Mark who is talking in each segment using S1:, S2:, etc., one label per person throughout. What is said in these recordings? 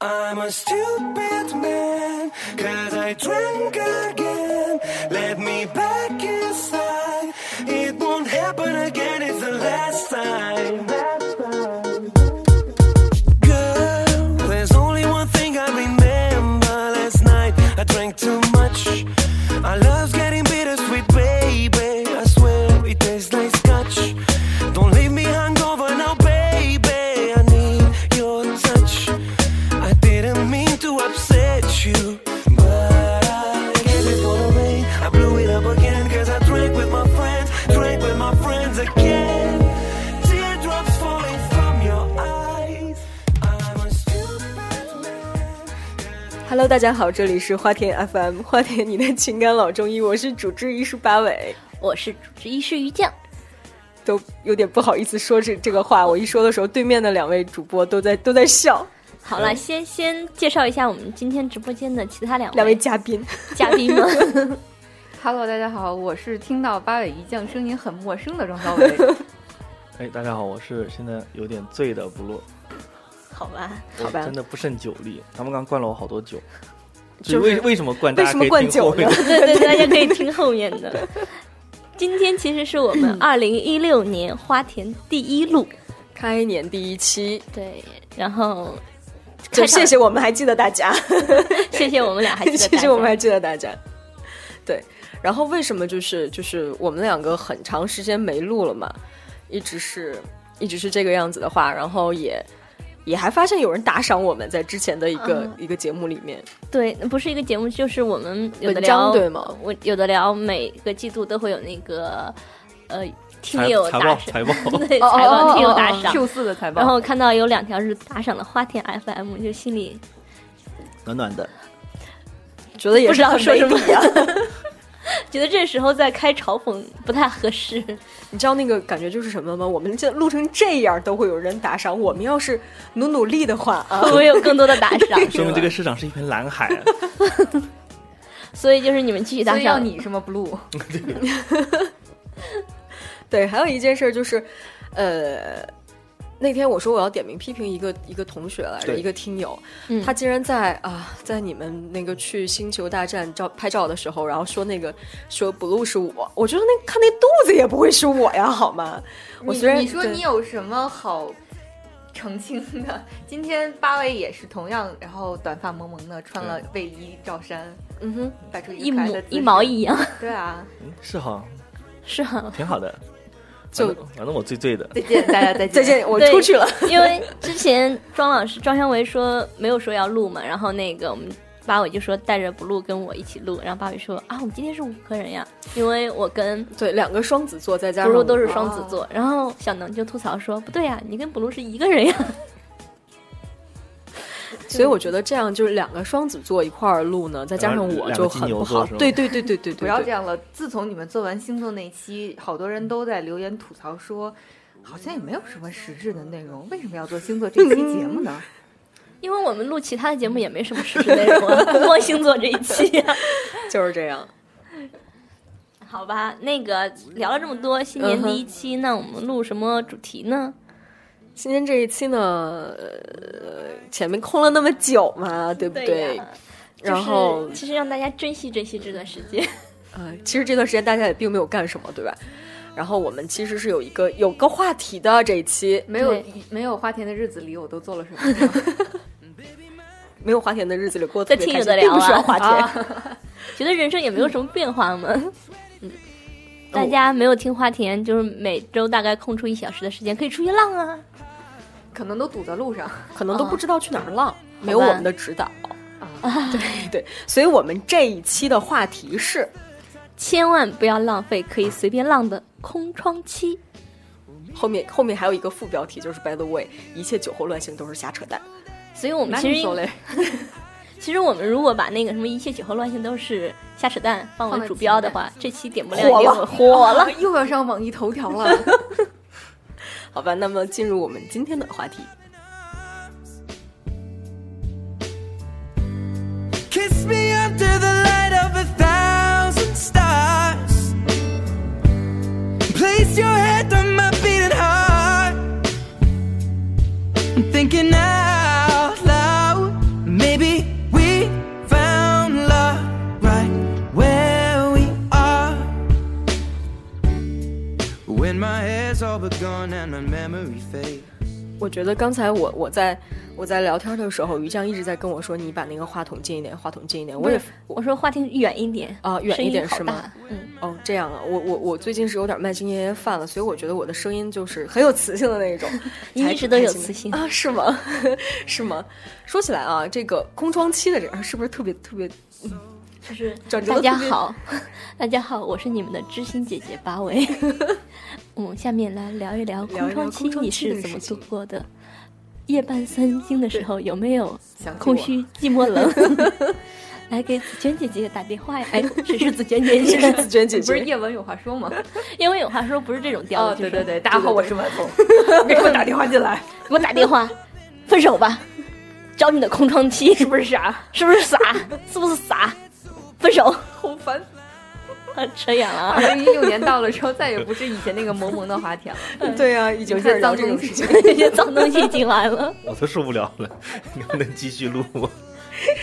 S1: I'm a stupid man, cause I drank again. Let me back inside. It won't happen again, it's the last time. Girl, there's only one thing I remember last night. I drank too much. Our love's getting bittersweet, baby. I swear it tastes like scotch. Don't leave me hungover now, baby. I need your touch. I didn't mean to upset you, but I gave it all away. I blew it up again, cause I drank with my friends, drank with my friends again. Teardrops falling from your eyes. I'm a stupid man.
S2: Hello，大家好，这里是花田 FM，花田你的情感老中医，我是主治医师八尾，
S3: 我是主治医师于酱，
S2: 都有点不好意思说这这个话。我一说的时候，对面的两位主播都在都在笑，
S3: 好了，先先介绍一下我们今天直播间的其他两
S2: 两位嘉宾，
S3: 嘉宾们。
S4: Hello，大家好，我是听到八尾一将声音很陌生的庄高 伟。
S5: 哎，大家好，我是现在有点醉的不落，
S3: 好吧，
S2: 好吧
S5: 我真的不胜酒力。他们刚灌了我好多酒，
S2: 就是
S5: 为为什么灌？大
S2: 为什
S5: 家可
S2: 么
S5: 以
S2: 灌
S5: 听后
S2: 酒呢
S5: 面？
S3: 对对，大家可以听后面的。今天其实是我
S2: 嗯
S3: 们二零一六年花田第一路，
S2: 开年第一期，
S3: 对，然后
S2: 就
S3: 开场
S2: 谢谢我们还记得大家，
S3: 谢谢我们俩还记 得大
S2: 谢
S3: 家，
S2: 谢我们还记得大家。对，然后为什么就是就是我们两个很长时间没录了嘛，一直是一直是这个样子的话，然后也也还发现有人打赏我们在之前的一个、
S3: 嗯
S2: 一个节目里面，
S3: 对，不是一个节目，就是我们有的
S2: 文章
S3: 聊
S2: 对吗？
S3: 我有的聊，每个季度都会有那个呃听
S5: 财
S3: 友
S5: 财
S3: 打
S5: 报
S3: 赏，
S5: 财报，
S3: 对，
S2: 哦
S4: 哦
S3: 采访听友打赏。
S4: Q 四的财报，
S3: 然后看到有两条是打赏的花田 FM，就心里
S5: 暖暖的。
S2: 觉得也
S3: 不知
S2: 是
S3: 道
S2: 很
S3: 说
S2: 没
S3: 什么
S2: 理啊。
S3: 觉得这时候再开嘲讽不太合适。
S2: 你知道那个感觉就是什么吗？我们这录成这样都会有人打赏，我们要是努努力的话啊
S3: 会，不会有更多的打赏？是
S5: 说明
S3: 吧
S5: 这个市场是一片蓝海。啊
S3: 所以就是你们继续打
S4: 所以要
S3: 赏，
S4: 你什么 blue？
S2: 对，还有一件事就是，呃，那天我说我要点名批评一个一个同学来着，
S5: 对
S2: 一个听友，
S3: 嗯
S2: 他竟然在啊、在你们那个去星球大战照拍照的时候，然后说那个说 blue 是我，我觉得那看那肚子也不会是我呀，好吗？我
S4: 你
S2: 虽然
S4: 你说
S2: 对
S4: 你有什么好澄清的？ 今天八尾也是同样，然后短发萌萌的，穿了卫衣罩衫，
S2: 嗯哼，
S4: 摆出
S3: 一
S4: 个可爱
S3: 模
S4: 的姿势
S3: 一毛。一样，
S4: 对啊，
S5: 嗯是哈，
S3: 是啊，
S5: 挺好的。
S2: 就
S5: 反正反正我醉醉的，
S4: 再见，大家 再见，
S2: 再见，我
S3: 对
S2: 出去了。
S3: 因为之前庄老师庄湘维说没有说要录嘛，然后那个我们八尾就说带着不录跟我一起录，然后八尾说啊，我们今天是五个人呀，因为我跟
S2: 对，两个双子座再加
S3: 不
S2: 上
S3: 录都是
S2: 我
S3: 双子座，然后小能就吐槽说不对呀、你跟不录是一个人呀，
S2: 所以我觉得这样就是两个双子座一块儿录呢，再加上我
S5: 两
S2: 就
S5: 个金
S2: 很
S5: 牛
S2: 不
S5: 座
S2: 好
S5: 是。吗
S2: 对对对对对对，
S4: 不要这样了。自从你们做完星座那期，好多人都在留言吐槽说，好像也没有什么实质的内容，为什么要做星座这期节目呢？
S3: 因为我们录其他的节目也没什么实质内容 啊，不光星座这一期啊呀、
S2: 就是这样。
S3: 好吧，那个聊了这么多，新年第一期，那我们录什么主题呢？
S2: 今天这一期呢，呃，前面空了那么久嘛，对不对？
S3: 呀
S2: 然后
S3: 就是、其实让大家珍惜珍惜这段时间。
S2: 呃，其实这段时间大家也并没有干什么，对吧？然后我们其实是有一个有个话题的这一期，
S4: 没有
S3: 对
S4: 没有花田的日子里，我都做了什么？
S2: 没有花田的日子里过得特别
S3: 在
S2: 开心，
S3: 听有
S2: 并
S3: 的
S2: 不
S3: 聊啊啊
S2: 需要花田。
S3: 觉得人生也没有什么变化嘛。嗯，大家没有听花田，就是每周大概空出一小时的时间，可以出去浪啊。
S4: 可能都堵在路上。
S2: 可能都不知道去哪儿浪，没有
S3: 好
S2: 我
S3: 吧
S2: 们的指导。 对对，所以我们这一期的话题是
S3: 千万不要浪费可以随便浪的空窗期。
S2: 后面后面还有一个副标题，就是 By the way，一切酒后乱性都是瞎扯淡。
S3: 所以我们
S4: 那
S3: 其
S4: 你
S3: 实
S4: 走嘞，
S3: 其实我们如果把那个什么一切酒后乱性都是瞎扯淡放
S4: 放
S3: 为
S4: 在
S3: 主
S4: 前
S3: 标的
S4: 面
S3: 话，这期点播量
S2: 火
S3: 也
S2: 了，
S3: 有
S2: 火了！
S4: 又要上网易头条 了。
S2: 好吧，那么进入我们今天的话题。
S1: Kiss me under the light of a thousand stars. Place your head on my beating heart. I'm thinking out loud.
S2: 我觉得刚才我我在我在聊天的时候，于酱一直在跟我说，你把那个话筒近一点，话筒近一点。我也
S3: 不我说话听远一点，
S2: 啊、远
S3: 声
S2: 一
S3: 音
S2: 点
S3: 好
S2: 是
S3: 大
S2: 吗？？
S3: 嗯，，
S2: 哦，这样啊，我我我最近是有点慢性咽炎犯了，所以我觉得我的声音就是很有磁性的那 种
S3: 你一直都有磁性
S2: 啊？是吗？ 是吗？说起来啊，这个空窗期的人是不是特别特 别
S3: 就是
S2: 转折
S3: 大
S2: 得
S3: 家
S2: 特别
S3: 好， 大家好，我是你们的知心姐姐八 尾。嗯，下面来聊一聊
S2: 聊
S3: 空
S2: 一聊
S3: 窗
S2: 空
S3: 期
S2: 窗
S3: 你
S2: 期
S3: 是
S2: 的
S3: 怎么
S2: 事
S3: 度
S2: 情
S3: 过的？夜半三更的时候有没有
S4: 想起
S3: 空
S4: 我
S3: 虚、寂寞、冷？ 来给子娟姐姐打电话呀！哎， 只是子娟姐姐，
S2: 是子 娟姐
S4: 不是
S2: 姐？
S4: 叶文有话说吗？
S3: 因为有话说不是这种调
S4: 哦，
S3: 子，就
S4: 对
S3: 是
S4: 对对，大家好，我 是文峰，给我打电话进来。
S3: 给我打电话，分手吧，找你的空窗期， 是不是傻？是不是傻？是不是傻？分手，
S4: 好烦！
S3: 啊扯远了
S4: 二
S3: 啊。
S4: 零一六年到了之后，再也不是以前那个萌萌的滑铁 了。
S2: 对啊，已经开始聊这种事情，
S3: 这些脏东西已经来了，
S5: 我都受不了了，能不能继续录？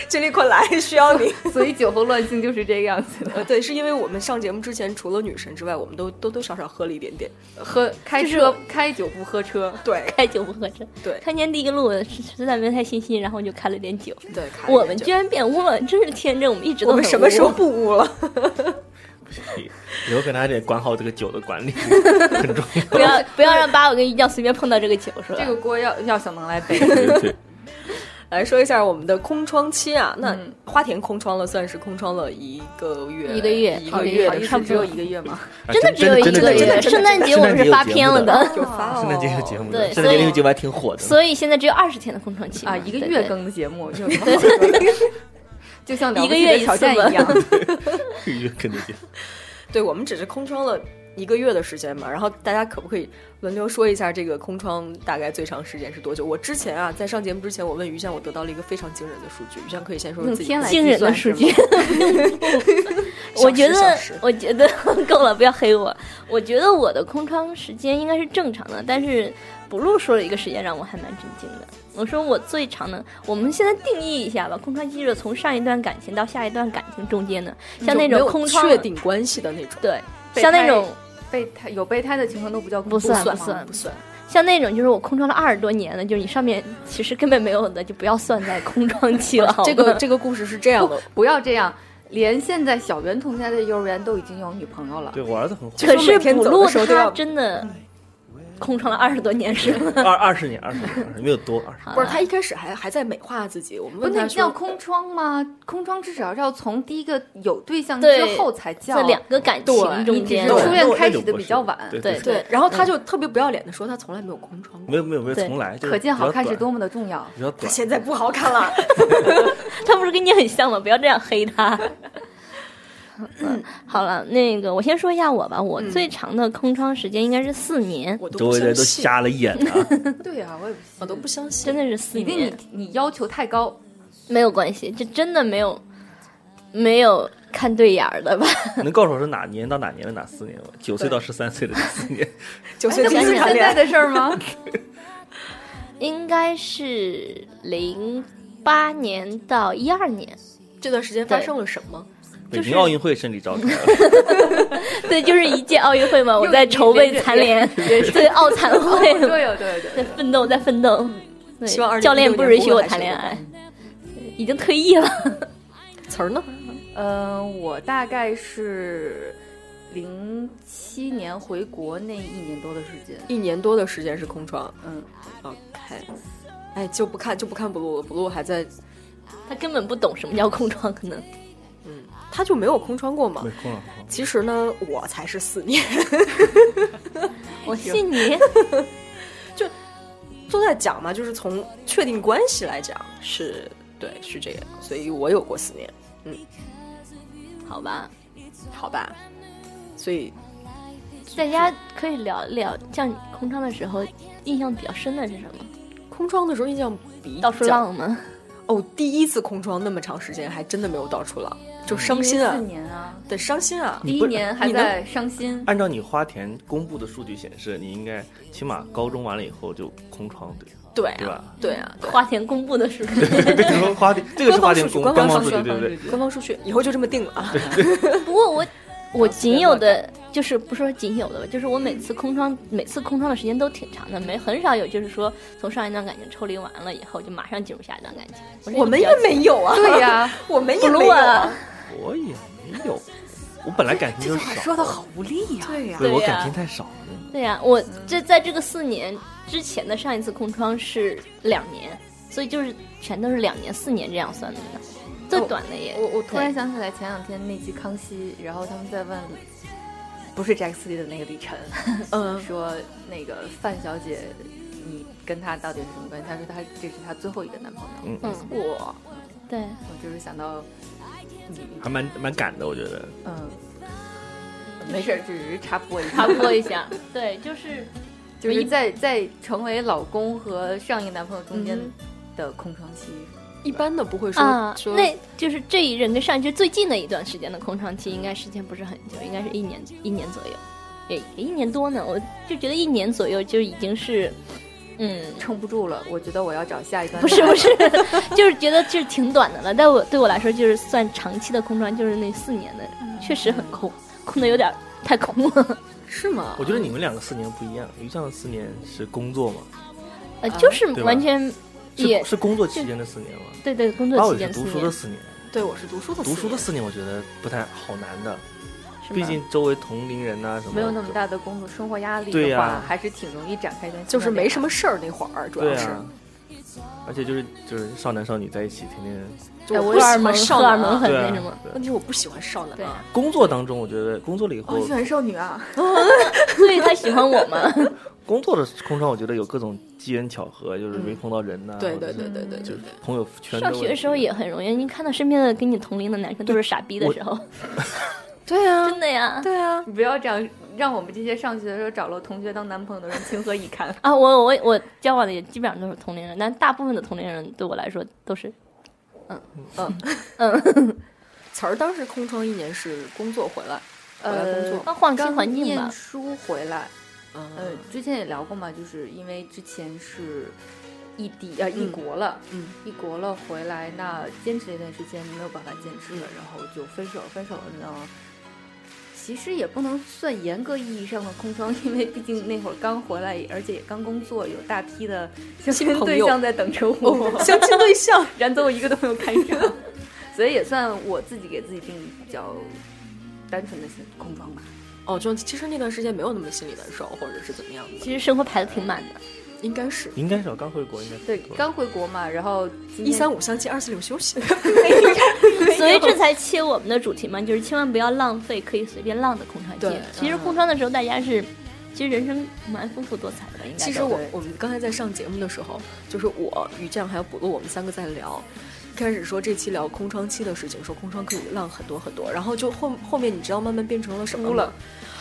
S2: 经理快来，需要你。
S4: 所以酒后乱性就是这个样子的。
S2: 呃，对，是因为我们上节目之前，除了女神之外，我们都多多少少喝了一点点。
S4: 喝开
S3: 就是
S4: 车开酒不喝车，
S2: 对
S3: 开酒不喝车。
S2: 对
S3: 看见第一个路实实在没太信心，然后就开了点酒。
S2: 对，卡了一
S3: 我
S2: 点
S3: 们
S2: 酒
S3: 居然变污了，真是天真！我们一直都
S2: 我们
S3: 很
S2: 什么时候
S3: 污
S2: 不污了？
S5: 以后 可能还得管好这个酒的管理，很重要。
S3: 不要不要让八五跟一酱随便碰到这个酒是吧？
S4: 这个锅要要小能来 背。
S5: 对啊对，
S2: 来说一下我们的空窗期啊，那
S4: 嗯
S2: 花田空窗了，算是空窗了一个月，
S3: 一个月
S2: 一
S3: 好
S2: 个
S3: 的
S2: 月
S4: 好
S2: 的
S4: 意
S2: 时
S4: 思
S2: 间，
S4: 只有一个月 吗？
S5: 啊
S3: 真的只有一
S5: 真
S3: 个
S5: 真的
S3: 月。
S5: 真的
S3: 圣诞节我们是发片了的，
S2: 有发哦，
S5: 圣诞节有节目
S3: 对
S5: 的，
S3: 所
S5: 圣诞
S3: 以
S5: 节那个节目还挺火的。
S3: 所以现在只有二十天的空窗期嘛
S4: 啊，一个
S3: 对
S4: 月
S3: 对
S4: 更的节目 有什么好说的？ 就像了不起
S3: 一个月一次
S4: 的挑战
S3: 吧
S4: 一样，
S5: 一 个月肯定节目
S2: 对，我们只是空窗了一个月的时间嘛。然后大家可不可以轮流说一下这个空窗大概最长时间是多久？我之前啊，在上节目之前，我问于酱，我得到了一个非常惊人的数据。于酱可以先说说
S4: 用
S2: 自己
S4: 天来
S3: 惊人的数据
S4: 计算。
S3: 我觉得
S2: 小时小时，
S3: 我觉得 够了，不要黑我。我觉得我的空窗时间应该是正常的，但是不露说了一个时间让我还蛮震惊的。我说我最长的，我们现在定义一下吧，空窗期是从上一段感情到下一段感情中间的，像那
S2: 嗯没
S3: 种
S2: 有
S3: 空窗，
S2: 确定关系的那 种，
S3: 对，
S4: 备
S3: 像那
S4: 胎
S3: 种
S4: 备胎有备胎的情况都不叫
S3: 不算
S4: 算
S3: 不算
S2: 不算。
S3: 像那种就是我空窗了二十多年的，就是你上面其实根本没有的，就不要算在空窗期 了。好
S2: 这个
S3: 吗
S2: 这个故事是这样的，
S4: 不要这样。连现在小圆同学在幼儿园都已经有女朋友了，
S5: 对我儿子很火，
S3: 可是
S2: 每天
S3: 补
S2: 走
S3: 录
S2: 的时候都
S3: 他
S2: 要
S3: 真的空窗了二十多年是 吗？
S5: 二二十年，二十年，二十年没有多二十。
S3: 好
S2: 不是
S3: 了
S2: 他一开始还还在美化自己。我们
S4: 不
S2: 问
S4: 那
S2: 他
S4: 叫
S2: 说，
S4: 空窗吗？空窗至少要从第一个有对象之
S3: 对
S4: 后才叫
S3: 这。两个感情
S2: 对
S3: 中间
S5: 那
S4: 你只
S5: 我
S4: 是初恋
S5: 那我
S4: 开
S5: 那
S4: 启
S5: 就
S4: 得
S5: 不
S4: 比
S5: 是
S4: 较晚
S5: 对
S3: 对
S2: 对，然后他就特别不要脸的说他从来没有空窗过。
S5: 没有没有没有，
S3: 对
S5: 从来就是
S4: 可见好看是
S5: 比较
S4: 多么的重要。
S5: 短比较短。
S2: 现在不好看了，
S3: 他不是跟你很像吗？不要这样黑他。 好了，那个我先说一下我吧，我最长的空窗时间应该是四年，
S2: 我都
S5: 周
S2: 不
S5: 围
S2: 相
S5: 的人都
S2: 信，
S5: 瞎了眼啊！
S4: 对啊，我也不信
S2: 我都不相信
S3: 真。的是四
S4: 一定
S3: 年
S4: 你，你要求太高，
S3: 没有关系，这真的没有没有看对眼儿的吧？
S5: 能告诉我是哪年到哪年的哪四年吗？九岁到十三岁的这四年，
S2: 九岁
S4: 这
S2: 第
S4: 不
S2: 一次
S4: 是
S2: 谈
S4: 现
S2: 恋
S4: 在
S2: 爱，
S4: 的事儿吗？
S3: 应该是零八年到一二年，
S2: 这段时间发生了什么？
S5: 北
S3: 是
S5: 京奥运会胜利召开了，
S3: 对，就是一届奥运会嘛，我
S4: 又
S3: 在筹备
S4: 连着
S3: 残联，对奥残会
S4: 对
S3: 嘛，
S4: 对
S3: 在
S4: 对对哦
S3: 奋斗，在奋斗。对
S2: 希望2016
S3: 教练不允许我谈恋
S2: 年不会
S3: 爱，对 已经退役了。
S2: 词儿呢？
S4: 嗯，我大概是零七年回国那一年多的时间，
S2: 一年多的时间是空窗。
S4: 嗯，
S2: OK，哎，就不看就不看不录了，不录还在，
S3: 他根本不懂什么叫空窗，可能
S2: 他就没有空窗过嘛
S5: 没。空了。
S2: 其实呢，我才是四年，
S3: 我信你
S2: 都在讲嘛，就是从确定关系来讲是。对，是这样，所以我有过四年，
S3: 好吧？
S2: 好吧，所以
S3: 大家可以聊聊，像你空窗的时候，印象比较深的是什么？
S2: 空窗的时候印象比
S3: 到处
S2: 较
S3: 浪吗？
S2: 哦，第一次空窗那么长时间，还真的没有到处浪，就伤心啊
S4: 四，年啊，
S2: 对，伤心啊，
S4: 第一年还在伤心，
S5: 按照你花田公布的数据显示，你应该起码高中完了以后就空窗对吧
S2: 对
S5: 对
S2: 啊，
S5: 吧？
S2: 对啊，对
S3: 花田公布的数据，
S5: 这个是花田，这个是花田公
S2: 官
S5: 官
S2: 方
S5: 方
S2: 数
S5: 数
S2: 据
S5: 据，对不对？
S2: 官方数据以后就这么定了啊，
S3: 不过我我仅有的就是不说仅有的吧，就是我每次空窗，每次空窗的时间都挺长的，没很少有就是说从上一段感情抽离完了以后就马上进入下一段感情。是一个
S2: 我们
S3: 比
S2: 也
S3: 较
S2: 没有啊，
S4: 对呀、
S2: 我们
S3: 不
S2: 也没
S3: 录
S2: 有
S3: 啊，
S5: 我也没有，我本来感情就少，
S4: 说的好无力啊呀、
S2: 对呀、
S5: 对我
S3: 对呀
S5: 感情太少了。真的
S3: 对呀、我这在这个四年之前的上一次空窗是两年，所以就是全都是两年、四年这样算的呢，最
S2: 哦
S3: 短的也。
S4: 我我突
S3: 对
S4: 然想起来前两天那集《康熙》，然后他们在问，不是 Jack 里的那个李晨，
S2: 嗯，
S4: 说那个范小姐，你跟她到底是什么关系？她说她这是她最后一个男朋友。
S5: 嗯，
S3: 嗯，
S4: 我
S3: 对，
S4: 我就是想到你，
S5: 还蛮蛮赶的，我觉得。
S4: 嗯，没事儿，只是插播一
S3: 插
S4: 下，
S3: 播一下，对，就是
S4: 就是在在成为老公和上一个男朋友中间的空窗期。
S2: 一般的不会说、
S3: 啊，
S2: 说
S3: 那就是这一任跟上一任最近的一段时间的空窗期，应该时间不是很久，应该是一年一年左右，也也一年多呢。我就觉得一年左右就已经是，嗯，
S4: 撑不住了，我觉得我要找下一段。
S3: 不是不是，就是觉得这挺短的了。但我对我来说，就是算长期的空窗，就是那四年的，
S2: 嗯
S3: 确实很空， 空的有点儿太空
S2: 啊
S3: 了。
S2: 是吗？
S5: 我觉得你们两个四年不一样，于酱的四年是工作嘛，
S3: 呃，就是
S5: 对吧
S3: 完全也
S5: 是是工作期间的四年嘛。
S3: 对对，工
S5: 八
S3: 作
S5: 尾
S3: 期
S5: 是
S3: 间四
S5: 读书
S3: 年
S5: 的，四年，
S2: 对我是读书的
S5: 读书的
S2: 四
S5: 四年我觉得不太好难的，
S3: 是
S5: 毕
S3: 吗？
S5: 竟周围同龄人啊呐、什么
S4: 没有那么大的工作生活压力
S5: 对
S4: 的话，
S5: 呀
S4: 还是挺容易展开一段新的恋爱。
S2: 就是没什么事儿那会儿，主要
S5: 对
S2: 是、
S5: 啊，而且就是就是少男少女在一起，天天
S2: 就
S3: 哎
S2: 我
S3: 我
S2: 不
S3: 荷
S2: 喜
S3: 尔蒙
S2: 欢少
S3: 荷尔
S2: 男
S3: 蒙
S2: 啊，
S3: 很
S5: 对
S3: 那
S5: 啊
S3: 什么。
S5: 对
S2: 问题我不喜欢少男
S3: 对
S2: 啊
S3: 啊，
S5: 工作当中，我觉得工作了以后
S4: 我，喜欢少女啊，
S3: 所以他喜欢我嘛？
S5: 工作的空窗，我觉得有各种机缘巧合，就是
S3: 嗯
S5: 没碰到人呐、
S2: 对
S5: 或
S2: 对
S5: 者是
S2: 对对对对
S5: 就是
S2: 对。
S5: 朋友圈的
S3: 上学的时候也很容易，你看到身边的跟你同龄的男生都是傻逼的 时候，
S2: 对啊，
S3: 真的呀。
S2: 对啊，
S4: 你不要这样，让我们这些上学的时候找了同学当男朋友的人情何以堪？
S3: 啊，我我我交往的也基本上都是同龄人，但大部分的同龄人对我来说都是
S2: 词儿当时空窗一年是工作回来，回来工作，
S3: 啊换新
S4: 呃刚
S3: 环境
S4: 念
S3: 吧。
S4: 书回来，呃
S2: 嗯，
S4: 之前也聊过嘛，就是因为之前是异地呃异国了，
S2: 嗯，
S4: 异国了回来，那坚持了一段时间没有办法坚持
S2: 嗯
S4: 了，然后就分手，分手了呢。其实也不能算严格意义上的空窗，因为毕竟那会儿刚回来，而且也刚工作，有大批的相亲
S2: 朋
S4: 对
S2: 友
S4: 象在等着我。
S2: 相亲对象，
S4: 然后我一个都没有看上， 所以也算我自己给自己定义比较单纯的心空窗吧。
S2: 哦，就其实那段时间没有那么心里难受，或者是怎么样的，
S3: 其实生活排的挺满的，
S2: 应该是
S5: 应该是我刚回国，应该是
S4: 对，刚回国嘛，然后今天
S2: 一三五相亲，二四六休息。
S3: 所以这才切我们的主题嘛，就是千万不要浪费可以随便浪的空窗期
S2: 对。
S3: 其实空窗的时候，大家是，其实人生蛮丰富多彩的，应该
S2: 其
S3: 都。
S2: 实我
S4: 对
S2: 我们刚才在上节目的时候，就是我于酱还有补录，我们三个在聊。开始说这期聊空窗期的事情，说空窗可以浪很多很多，然后就后后面你知道慢慢变成了什么
S4: 哭
S2: 吗
S4: 了？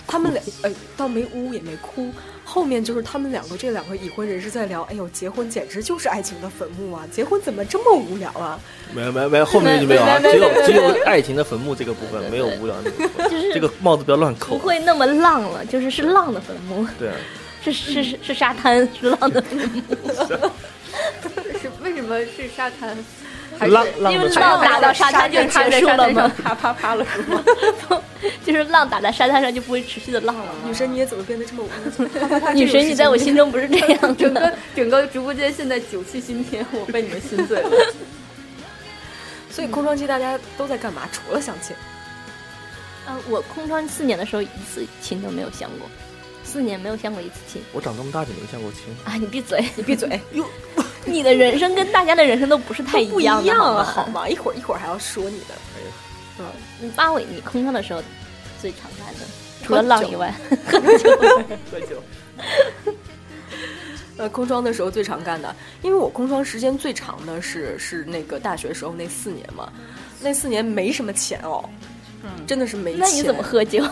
S2: 他们俩哎，倒没哭也没哭，后面就是他们两个这两个已婚人士在聊，哎呦，结婚简直就是爱情的坟墓啊！结婚怎么这么无聊啊？
S5: 没有没有没有，后面就没有啊，只有只有爱情的坟墓这个部分，没有无聊的部分。
S3: 就是
S5: 这个帽子不要乱
S3: 不
S5: 扣啊，
S3: 会那么浪了，就是是浪的坟墓，
S5: 对啊，
S3: 是是是是沙滩，是浪的坟 墓，
S4: 是为什么是沙滩？
S5: 浪浪
S3: 因为
S5: 的
S3: 浪打到沙滩就
S4: 趴
S3: 结
S4: 在
S3: 束
S4: 沙
S3: 了
S4: 滩上
S3: 嘛，
S4: 啪啪 啪了是吗？
S3: 就是浪打在沙滩上就不会持续的浪了嘛。
S2: 女神你也怎么变得这么无聊？
S3: 女神，你在我心中不是这样
S4: 整
S3: 的。
S4: 个整个直播间现在九气熏天，我被你们熏醉了。
S2: 所以空窗期大家都在干嘛？除了相亲，
S3: 呃，我空窗四年的时候，一次亲都没有相过，四年没有相过一次亲
S5: 我长这么大就没相过亲，
S3: 啊！你闭嘴，
S2: 你闭 嘴，
S3: 你的人生跟大家的人生都不是太
S2: 不一
S3: 样的，
S2: 样
S3: 好
S2: 啊，
S3: 吗
S2: 好吗？一会儿一会儿还要说你的，
S3: 你嗯八尾，你空窗的时候最常干的，除了浪以外，
S5: 喝酒
S2: 呃，空窗的时候最常干的，因为我空窗时间最长的是是那个大学时候那四年嘛，那四年没什么钱哦，嗯，真的是没钱。
S3: 那你怎么喝酒？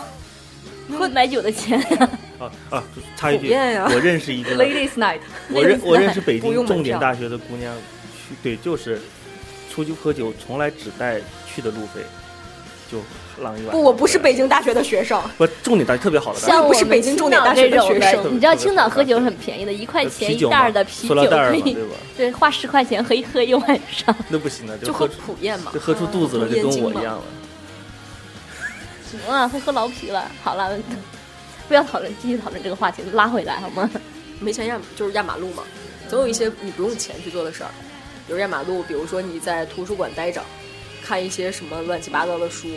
S3: 喝买酒 的钱呀、
S5: 啊啊！插一
S2: 普
S5: 句，
S2: 遍呀
S5: 我认识一个
S4: Ladies Night，
S5: 我认我认识北
S2: 不用门
S5: 京重点
S2: 票
S5: 大学的姑娘，去对，就是出去喝酒，从来只带去的路费，就浪一晚。啊
S2: 不，我不是北，京大学的学生，
S5: 不，重点大学特别好的大
S3: 像
S5: 学，
S3: 我
S2: 不是
S3: 们
S2: 北京重点大学
S3: 青
S2: 的
S3: 岛这
S2: 学
S3: 种
S2: 生
S3: 你知道青岛喝酒是很便宜的，一块钱
S5: 啤
S3: 一
S5: 酒
S3: 袋
S5: 嘛
S3: 儿的啤
S5: 塑
S3: 酒
S5: 料袋儿
S3: 可
S5: 嘛，
S3: 以，
S5: 对吧？
S3: 对，花十块钱喝一喝一晚上。
S5: 那不行的，
S2: 就
S5: 就
S2: 喝
S5: 喝
S2: 普宴嘛
S5: 就。喝出肚子了，就跟我一样了。
S3: 什么啊，会喝老啤了。好了， 不要讨论，继续讨论这个话题，拉回来好吗？
S2: 没钱压就是压马路嘛，总有一些你不用钱去做的事儿，比如压马路，比如说你在图书馆待着，看一些什么乱七八糟的书，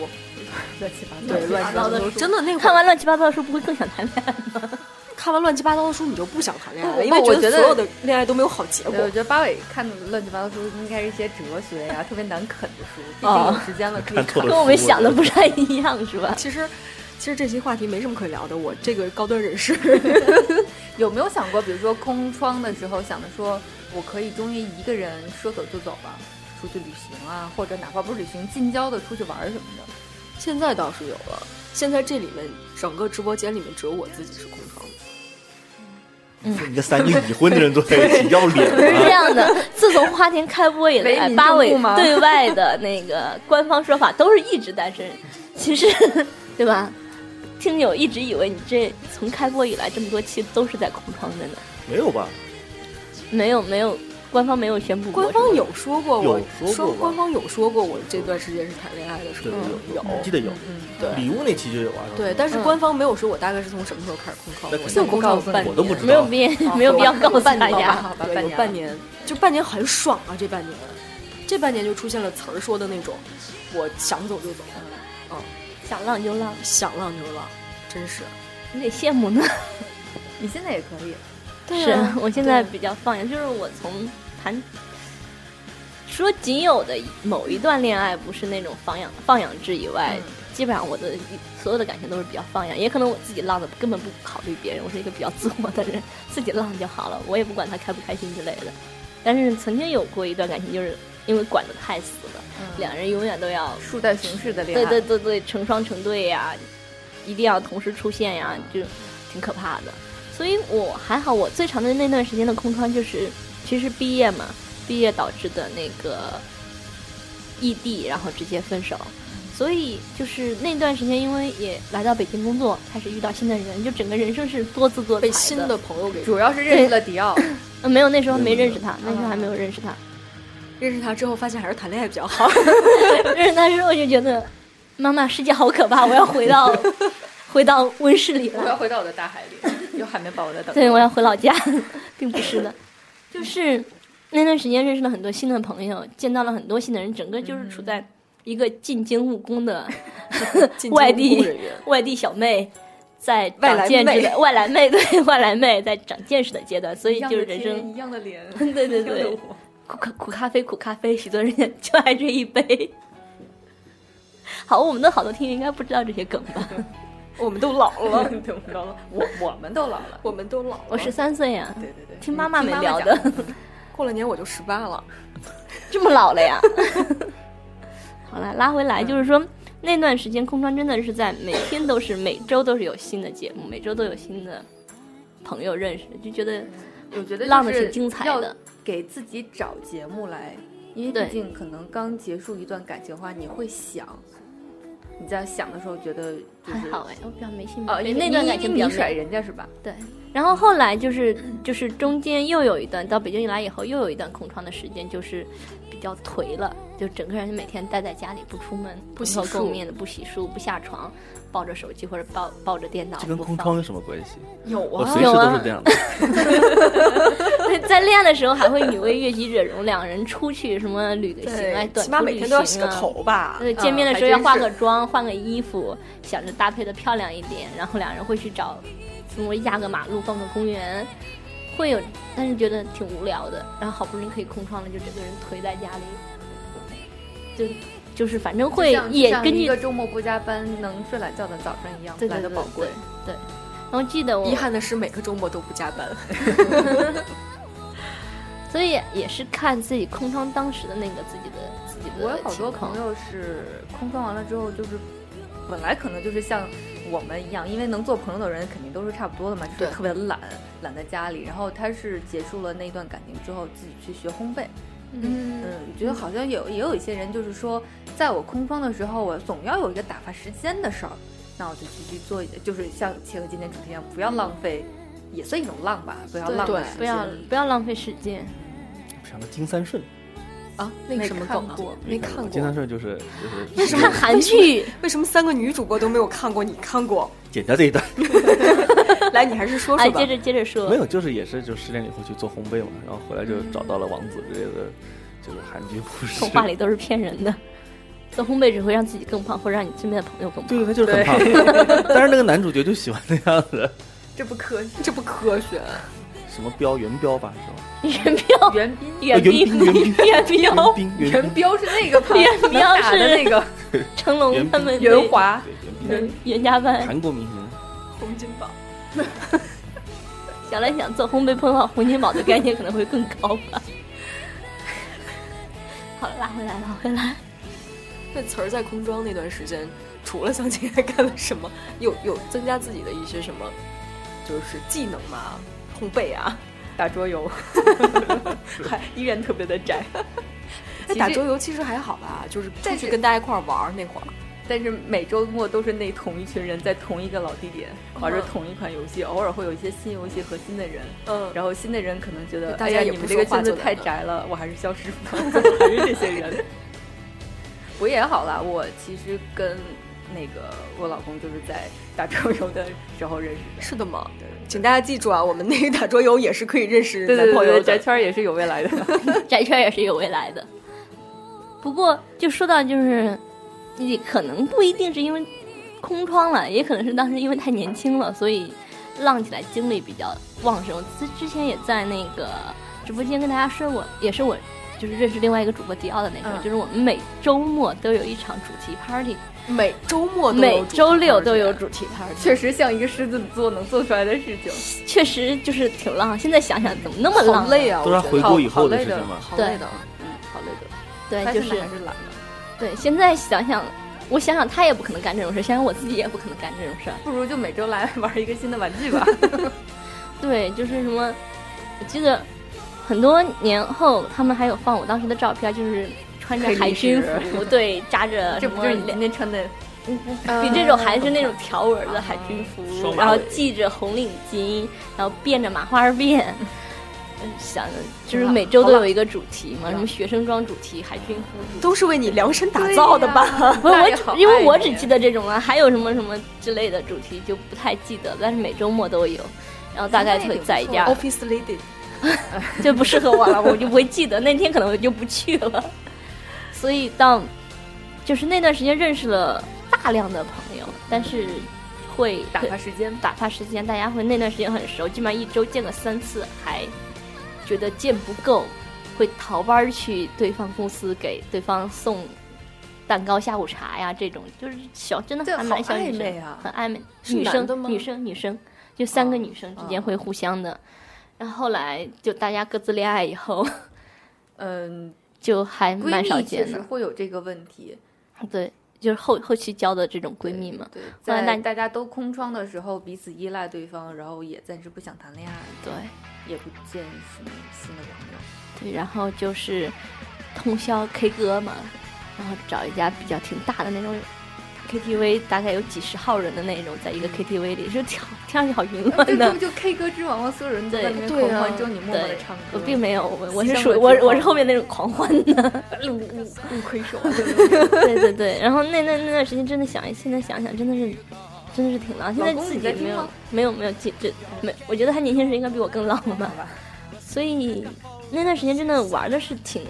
S4: 乱七八糟
S2: 对，乱七八糟的书，真的那会儿
S3: 看完乱七八糟的书，不会更想谈恋爱吗？
S2: 看完乱七八糟的书，你就不想谈恋爱了，
S4: 不
S2: 因为
S4: 我
S2: 觉
S4: 觉得
S2: 所有的恋爱都没有好结果
S4: 对，。我觉得八尾看的乱七八糟的书应该是一些哲学呀、特别难啃的书。毕竟有
S3: 哦
S4: 时间了可 以
S5: 看
S4: 啃
S5: 错。
S3: 跟
S5: 了
S3: 我们
S5: 书
S3: 想的不太一样，是 吧？
S2: 其实，其实这期话题没什么可聊的，我这个高端人士。
S4: 有没有想过，比如说空窗的时候，想着说我可以终于一个人说走就走了，出去旅行啊，或者哪怕不是旅行，近郊的出去玩儿什么的。
S2: 现在倒是有了，现在这里面整个直播间里面只有我自己是空窗的。
S5: 你这三个已婚的人坐在一起，要脸
S3: 是这
S5: 吗？
S3: 样的，自从花田开播以
S4: 为
S3: 来，哎
S4: 民
S3: 八
S4: 政
S3: 尾
S4: 部吗
S3: 对外的那个官方说法都是一直单身，其实， 对吧？听友一直以为你这从开播以来这么多期都是在空窗着呢，
S5: 没有吧？
S3: 没有没有，官方没有宣布过。
S2: 官方有说过我，
S5: 有说过吧
S2: 官方有说过我这段时间是谈恋爱的，是
S5: 对，
S2: 吗？
S5: 有
S2: 嗯有
S5: 有，记得有。
S2: 对
S5: 礼物那期就有啊。
S2: 对，但是官方没有说我大概是从什么时候开始空窗的，
S5: 那
S2: 我
S5: 肯定
S2: 就空窗有半
S5: 我都不
S2: 年，
S5: 知
S3: 没有
S5: 道。
S3: 必没有必要告诉大
S4: 好吧
S3: 家，
S4: 好吧，
S2: 对，
S4: 半
S2: 有
S4: 年
S2: 半年，就半年很爽啊，这半年，这半年就出现了词儿说的那种，我想走就走，
S3: 想浪就浪，
S2: 想浪就浪，真是。
S3: 你得羡慕呢。
S4: 你现在也可以，
S2: 对
S3: 是
S2: 啊
S3: 我现在
S2: 对
S3: 比较放养，就是我从谈说仅有的某一段恋爱不是那种放养放养制以外，
S4: 嗯
S3: 基本上我的所有的感情都是比较放养，也可能我自己浪的根本不考虑别人，我是一个比较自我的人，自己浪就好了，我也不管他开不开心之类的。但是曾经有过一段感情，就是因为管得太死了，
S4: 嗯
S3: 两人永远都要
S4: 树袋熊式的恋
S3: 对
S2: 啊
S4: 爱。
S3: 对对对，成双成对呀、一定要同时出现呀、就挺可怕的。所以我还好，我最长的那段时间的空窗就是，其实毕业嘛，毕业导致的那个异地，然后直接分手。所以就是那段时间，因为也来到北京工作，开始遇到新的人，就整个人生是多姿多彩
S2: 被新的朋友给
S4: 主要是认识了迪奥，
S3: 呃没有那时候没认识他，那
S4: 没有
S2: 啊
S3: 时候还没有认识他。
S2: 认识他之后，发现还是谈恋爱比较好。
S3: 认识他之后就觉得，妈妈世界好可怕，我要回 到回到温室里
S4: 我
S3: 了
S4: 要。回到我的大海里，有海绵宝宝在 等。
S3: 对，我要回老 家，并不是的，就是那段时间认识了很多新的朋友，见到了很多新的人，整个就是处
S4: 嗯
S3: 在一个进京务工 的
S2: 进
S3: 外
S2: 京务工
S3: 地
S2: 人员
S3: 外地小妹，在
S2: 外
S3: 长
S2: 来
S3: 见识
S2: 妹
S3: 的外来妹，对外来妹在长见识的阶段，所以
S4: 一样
S3: 就
S4: 的
S3: 是人
S4: 天，
S3: 生
S4: 一样的脸，
S3: 对对
S4: 一样的
S3: 对苦
S4: 我
S3: 咖苦咖啡苦咖啡，许多人 就爱这一杯。好，我们的好多听友应该不知道这些梗吧？
S2: 我们都老了，
S4: 对，我们老了，我我们都老了。
S2: 我们都老了。
S3: 我十三岁呀、
S4: 对对对，
S3: 听妈妈
S4: 听
S3: 们
S4: 妈妈
S3: 聊
S4: 讲
S3: 的。
S2: 过了年我就十八了，
S3: 这么老了 呀？ 好了，拉回来，就是
S4: 嗯
S3: 说那段时间空窗真的是在每天都是，每周都是有新的节目，每周都有新的朋友认识，就觉得
S4: 我觉得
S3: 浪得
S4: 就是
S3: 挺精彩
S4: 要
S3: 的
S4: 给自己找节目来，因为
S3: 对
S4: 毕竟可能刚结束一段感情的话，你会想，你在想的时候觉得、就是、
S3: 还好哎，我比较没兴趣。
S4: 哦，因为
S3: 那段
S4: 你
S3: 感情
S4: 因
S3: 比较
S4: 为你甩
S3: 美。
S4: 人家是吧？
S3: 对，然后后来就是就是中间又有一段到北京来以后又有一段空窗的时间，就是比较颓了，就整个人每天待在家里不出门，
S2: 不洗
S3: 蓬头垢
S2: 漱
S3: 面的，不洗漱，不下床，抱着手机或者抱抱着电脑。
S5: 这跟
S3: 不
S5: 空
S3: 放
S5: 窗有什么关系？
S2: 有
S5: 我
S2: 啊
S5: 随时都是这样的。
S3: 在恋爱的时候还会女为悦己者容，两人出去什么旅个行啊，短
S2: 起码
S3: 途
S2: 每天
S3: 旅
S2: 都要洗
S3: 行
S2: 个
S3: 啊。
S2: 头吧。
S3: 对，
S4: 嗯
S3: 见面的时候
S4: 还
S3: 要
S4: 真
S3: 化
S4: 是
S3: 个妆，换个衣服，想着搭配的漂亮一点，然后两人会去找什么压个马路、逛个公园，会有，但是觉得挺无聊的。然后好不容易可以空窗了，就整个人颓在家里，就就是反正会
S4: 就像
S3: 也
S4: 像
S3: 根
S4: 一
S3: 据
S4: 个周末不加班能睡懒觉的早上一样，
S3: 对
S4: 来
S3: 对
S4: 的
S3: 对
S4: 宝贵
S3: 对。对。然后记得我
S2: 遗憾的是，每个周末都不加班。
S3: 所以也是看自己空窗当时的那个自己的自己的情
S4: 我
S3: 况。
S4: 有好多朋友是空窗完了之后，就是本来可能就是像我们一样，因为能做朋友的人肯定都是差不多的嘛，就
S2: 对
S4: 是特别懒，懒在家里。然后他是结束了那段感情之后，自己去学烘焙。
S3: 嗯
S4: 嗯，觉得好像有也有一些人就是说，在我空窗的时候，我总要有一个打发时间的事儿，那我就继续做，就是像切合今天主题一样，不要浪费，也算一种浪吧，不要浪费
S2: 对
S4: 时间
S3: 不要不要浪费时间。
S5: 想到金三顺，
S2: 啊，那个什么梗啊
S4: 没看过，
S2: 没
S5: 我
S2: 看
S5: 经常
S2: 过。
S5: 是就是就是
S2: 为什么
S3: 看韩剧，
S2: 为什么三个女主播都没有看过？你看过？
S5: 剪掉这 一段？
S2: 来，你还是说
S3: 哎，
S2: 说吧
S3: 接。着接着说
S5: 没，有，就是也是就失恋了以后去做烘焙嘛，然后回来就找到了王子之类的这种韩剧故事。
S3: 童话里都是骗人的。做烘焙只会让自己更胖，或者让你身边的朋友更
S5: 对，
S3: 胖。
S5: 他就是很 胖，但是那个男主角就喜欢那样子，
S2: 这不科学，这不科学。
S5: 什么彪元彪吧是吧？
S3: 元彪，
S4: 袁彬，
S3: 元
S5: 彬元
S3: 兵，元彪，
S5: 兵
S4: 袁
S5: 元
S4: 彪是那个胖，
S3: 袁彪
S4: 能打的
S3: 是
S4: 那个
S3: 成龙他们
S4: 袁华，
S5: 对
S3: 对、
S5: 元
S3: 袁袁家
S5: 彬，
S3: 班。
S5: 韩国明星。
S2: 洪金宝，
S3: 想来想，做烘焙碰到洪金宝的概念可能会更高吧。 好了，拉回来，拉回来。
S2: 那词儿在空装那段时间，除了相亲还干了什么？有有增加自己的一些什么，就是技能吗？烘焙啊，打桌游， 还依然特别的宅。哎，
S4: 实
S2: 打桌游其实还好吧，就是出
S4: 但
S2: 去
S4: 是
S2: 跟大家一块儿玩儿那会儿。
S4: 但是每周末都是那同一群人在同一个老地点玩着
S2: 嗯
S4: 同一款游戏，偶尔会有一些新游戏和新的人，
S2: 嗯，
S4: 然后新的人可能觉得
S2: 大
S4: 哎
S2: 家
S4: 呀
S2: 也
S4: 你
S2: 不
S4: 们这个
S2: 说话
S4: 圈子
S2: 就
S4: 太
S2: 来了
S4: 宅了，我还是消失吧， 我还是这些人。 我也好啦，我其实跟那个我老公就是在打桌游的时候认识的。
S2: 是的嘛，
S4: 对
S2: 请大家记住啊，我们那个打桌游也是可以认识
S4: 对
S2: 男
S4: 对
S2: 朋
S4: 对
S2: 友的
S4: 对，宅。圈也是有未来的。
S3: 宅圈也是有未来的。不过，就说到就是，也可能不一定是因为空窗了，也可能是当时因为太年轻了，所以浪起来精力比较旺盛。之之前也在那个直播间跟大家说过，也是我就是认识另外一个主播迪奥的那个，
S4: 嗯
S3: 就是我们每周末都有一场主题 party，
S2: 每周末都有
S3: 每
S2: 主题
S3: 周六
S2: 玩儿
S3: 都有
S2: 是吧
S3: 主题 party，
S4: 确实像一个狮子座能做出来的事情，
S3: 确实就是挺浪。现在想想怎么那么浪
S2: 好？累啊，
S5: 都是
S2: 我
S5: 他
S2: 觉
S5: 回
S2: 得
S5: 顾以后的事
S4: 好累的
S5: 情嘛。
S2: 好
S3: 对
S2: 累的。
S4: 嗯，好累的。
S3: 对，
S4: 但
S3: 就
S4: 现
S3: 是
S4: 在还是懒的，
S3: 对，现在想想，我想想他也不可能干这种事，想想我自己也不可能干这种事儿。
S4: 不如就每周来玩一个新的玩具吧。
S3: 对，就是什么，我记得很多年后他们还有放我当时的照片，就是穿着
S4: 黑历
S3: 海军
S4: 史
S3: 服，对，扎着
S4: 这
S3: 什
S4: 不
S3: 么
S4: 就是你
S3: 两，
S4: 今天穿的？
S3: 嗯比这种还是那种条纹的海军服，
S4: 啊
S5: 双马
S3: 然后
S5: 尾
S3: 系着红领巾，然后辫着马花辫。 嗯想的就是
S4: 好吧
S3: 每周都有一个主题嘛，
S4: 吧
S3: 什么学生装主题、海军服主题。
S2: 都是为你量身打造的吧？
S3: 不是
S4: 那
S3: 我
S4: 也
S3: 只
S4: 好，
S3: 因为
S4: 爱
S3: 我
S4: 你啊
S2: 啊
S3: 只记得这种了，还有什么什么之类的主题就不太记得了，但是每周末都有，然后大概会在一
S4: 哦
S3: 点儿，
S2: Office Lady，
S3: 就不适合我了，我就不会记得，那天可能我就不去 了。所以到就是那段时间认识了大量的朋友，但是会
S4: 打发时间吧。
S3: 打发时间，大家会那段时间很熟，基本上一周见个三次，还觉得见不够，会逃班儿去对方公司给对方送蛋糕、下午茶呀，这种就是小，真的
S4: 这
S3: 还
S4: 好
S3: 蛮小女
S4: 暧昧
S3: 生，
S4: 啊
S3: 很暧昧。
S2: 是
S3: 女
S2: 男的
S3: 生，
S2: 吗
S3: 女生，女生，就三个
S4: 哦
S3: 女生之间会互相的。然后后来就大家各自恋爱以后，
S4: 嗯，
S3: 就还
S4: 闺
S3: 蛮少
S4: 蜜确
S3: 见
S4: 实
S3: 的。
S4: 会有这个问题。
S3: 对，就是后后期交的这种闺蜜嘛。
S4: 对，
S3: 后来
S4: 在
S3: 大
S4: 大家都空窗的时候，彼此依赖对方，然后也暂时不想谈恋爱，
S3: 对。
S4: 也不见什么新的朋友。
S3: 对，然后就是通宵 K 歌嘛，然后找一家比较挺大的那种 KTV，大概有几十号人的那种，在一
S4: 嗯
S3: 个 KTV 里，就听听上去 好淫
S4: 这
S3: 乱
S4: 这
S3: 的
S4: 不。就 K 歌之王吗？所有人都在里面
S2: 对对
S4: 狂
S2: 啊
S4: 欢，只有你默默的
S3: 对
S4: 唱歌。
S3: 我并没有，我我
S4: 牺
S3: 是
S4: 牲
S3: 属于
S4: 了
S3: 我
S4: 自
S3: 我是
S4: 我
S3: 后面那种狂欢的，
S4: 不亏手，
S3: 对对对。然后那那那段时间真的想，现在想想真的是，真的是挺浪。现
S4: 老
S3: 在
S4: 公
S3: 自
S4: 你
S3: 己
S4: 在听
S3: 没有
S4: 吗
S3: 没有没有记这没，我觉得他年轻时应该比我更浪漫
S4: 好。吧？
S3: 所以那段时间真的玩的是挺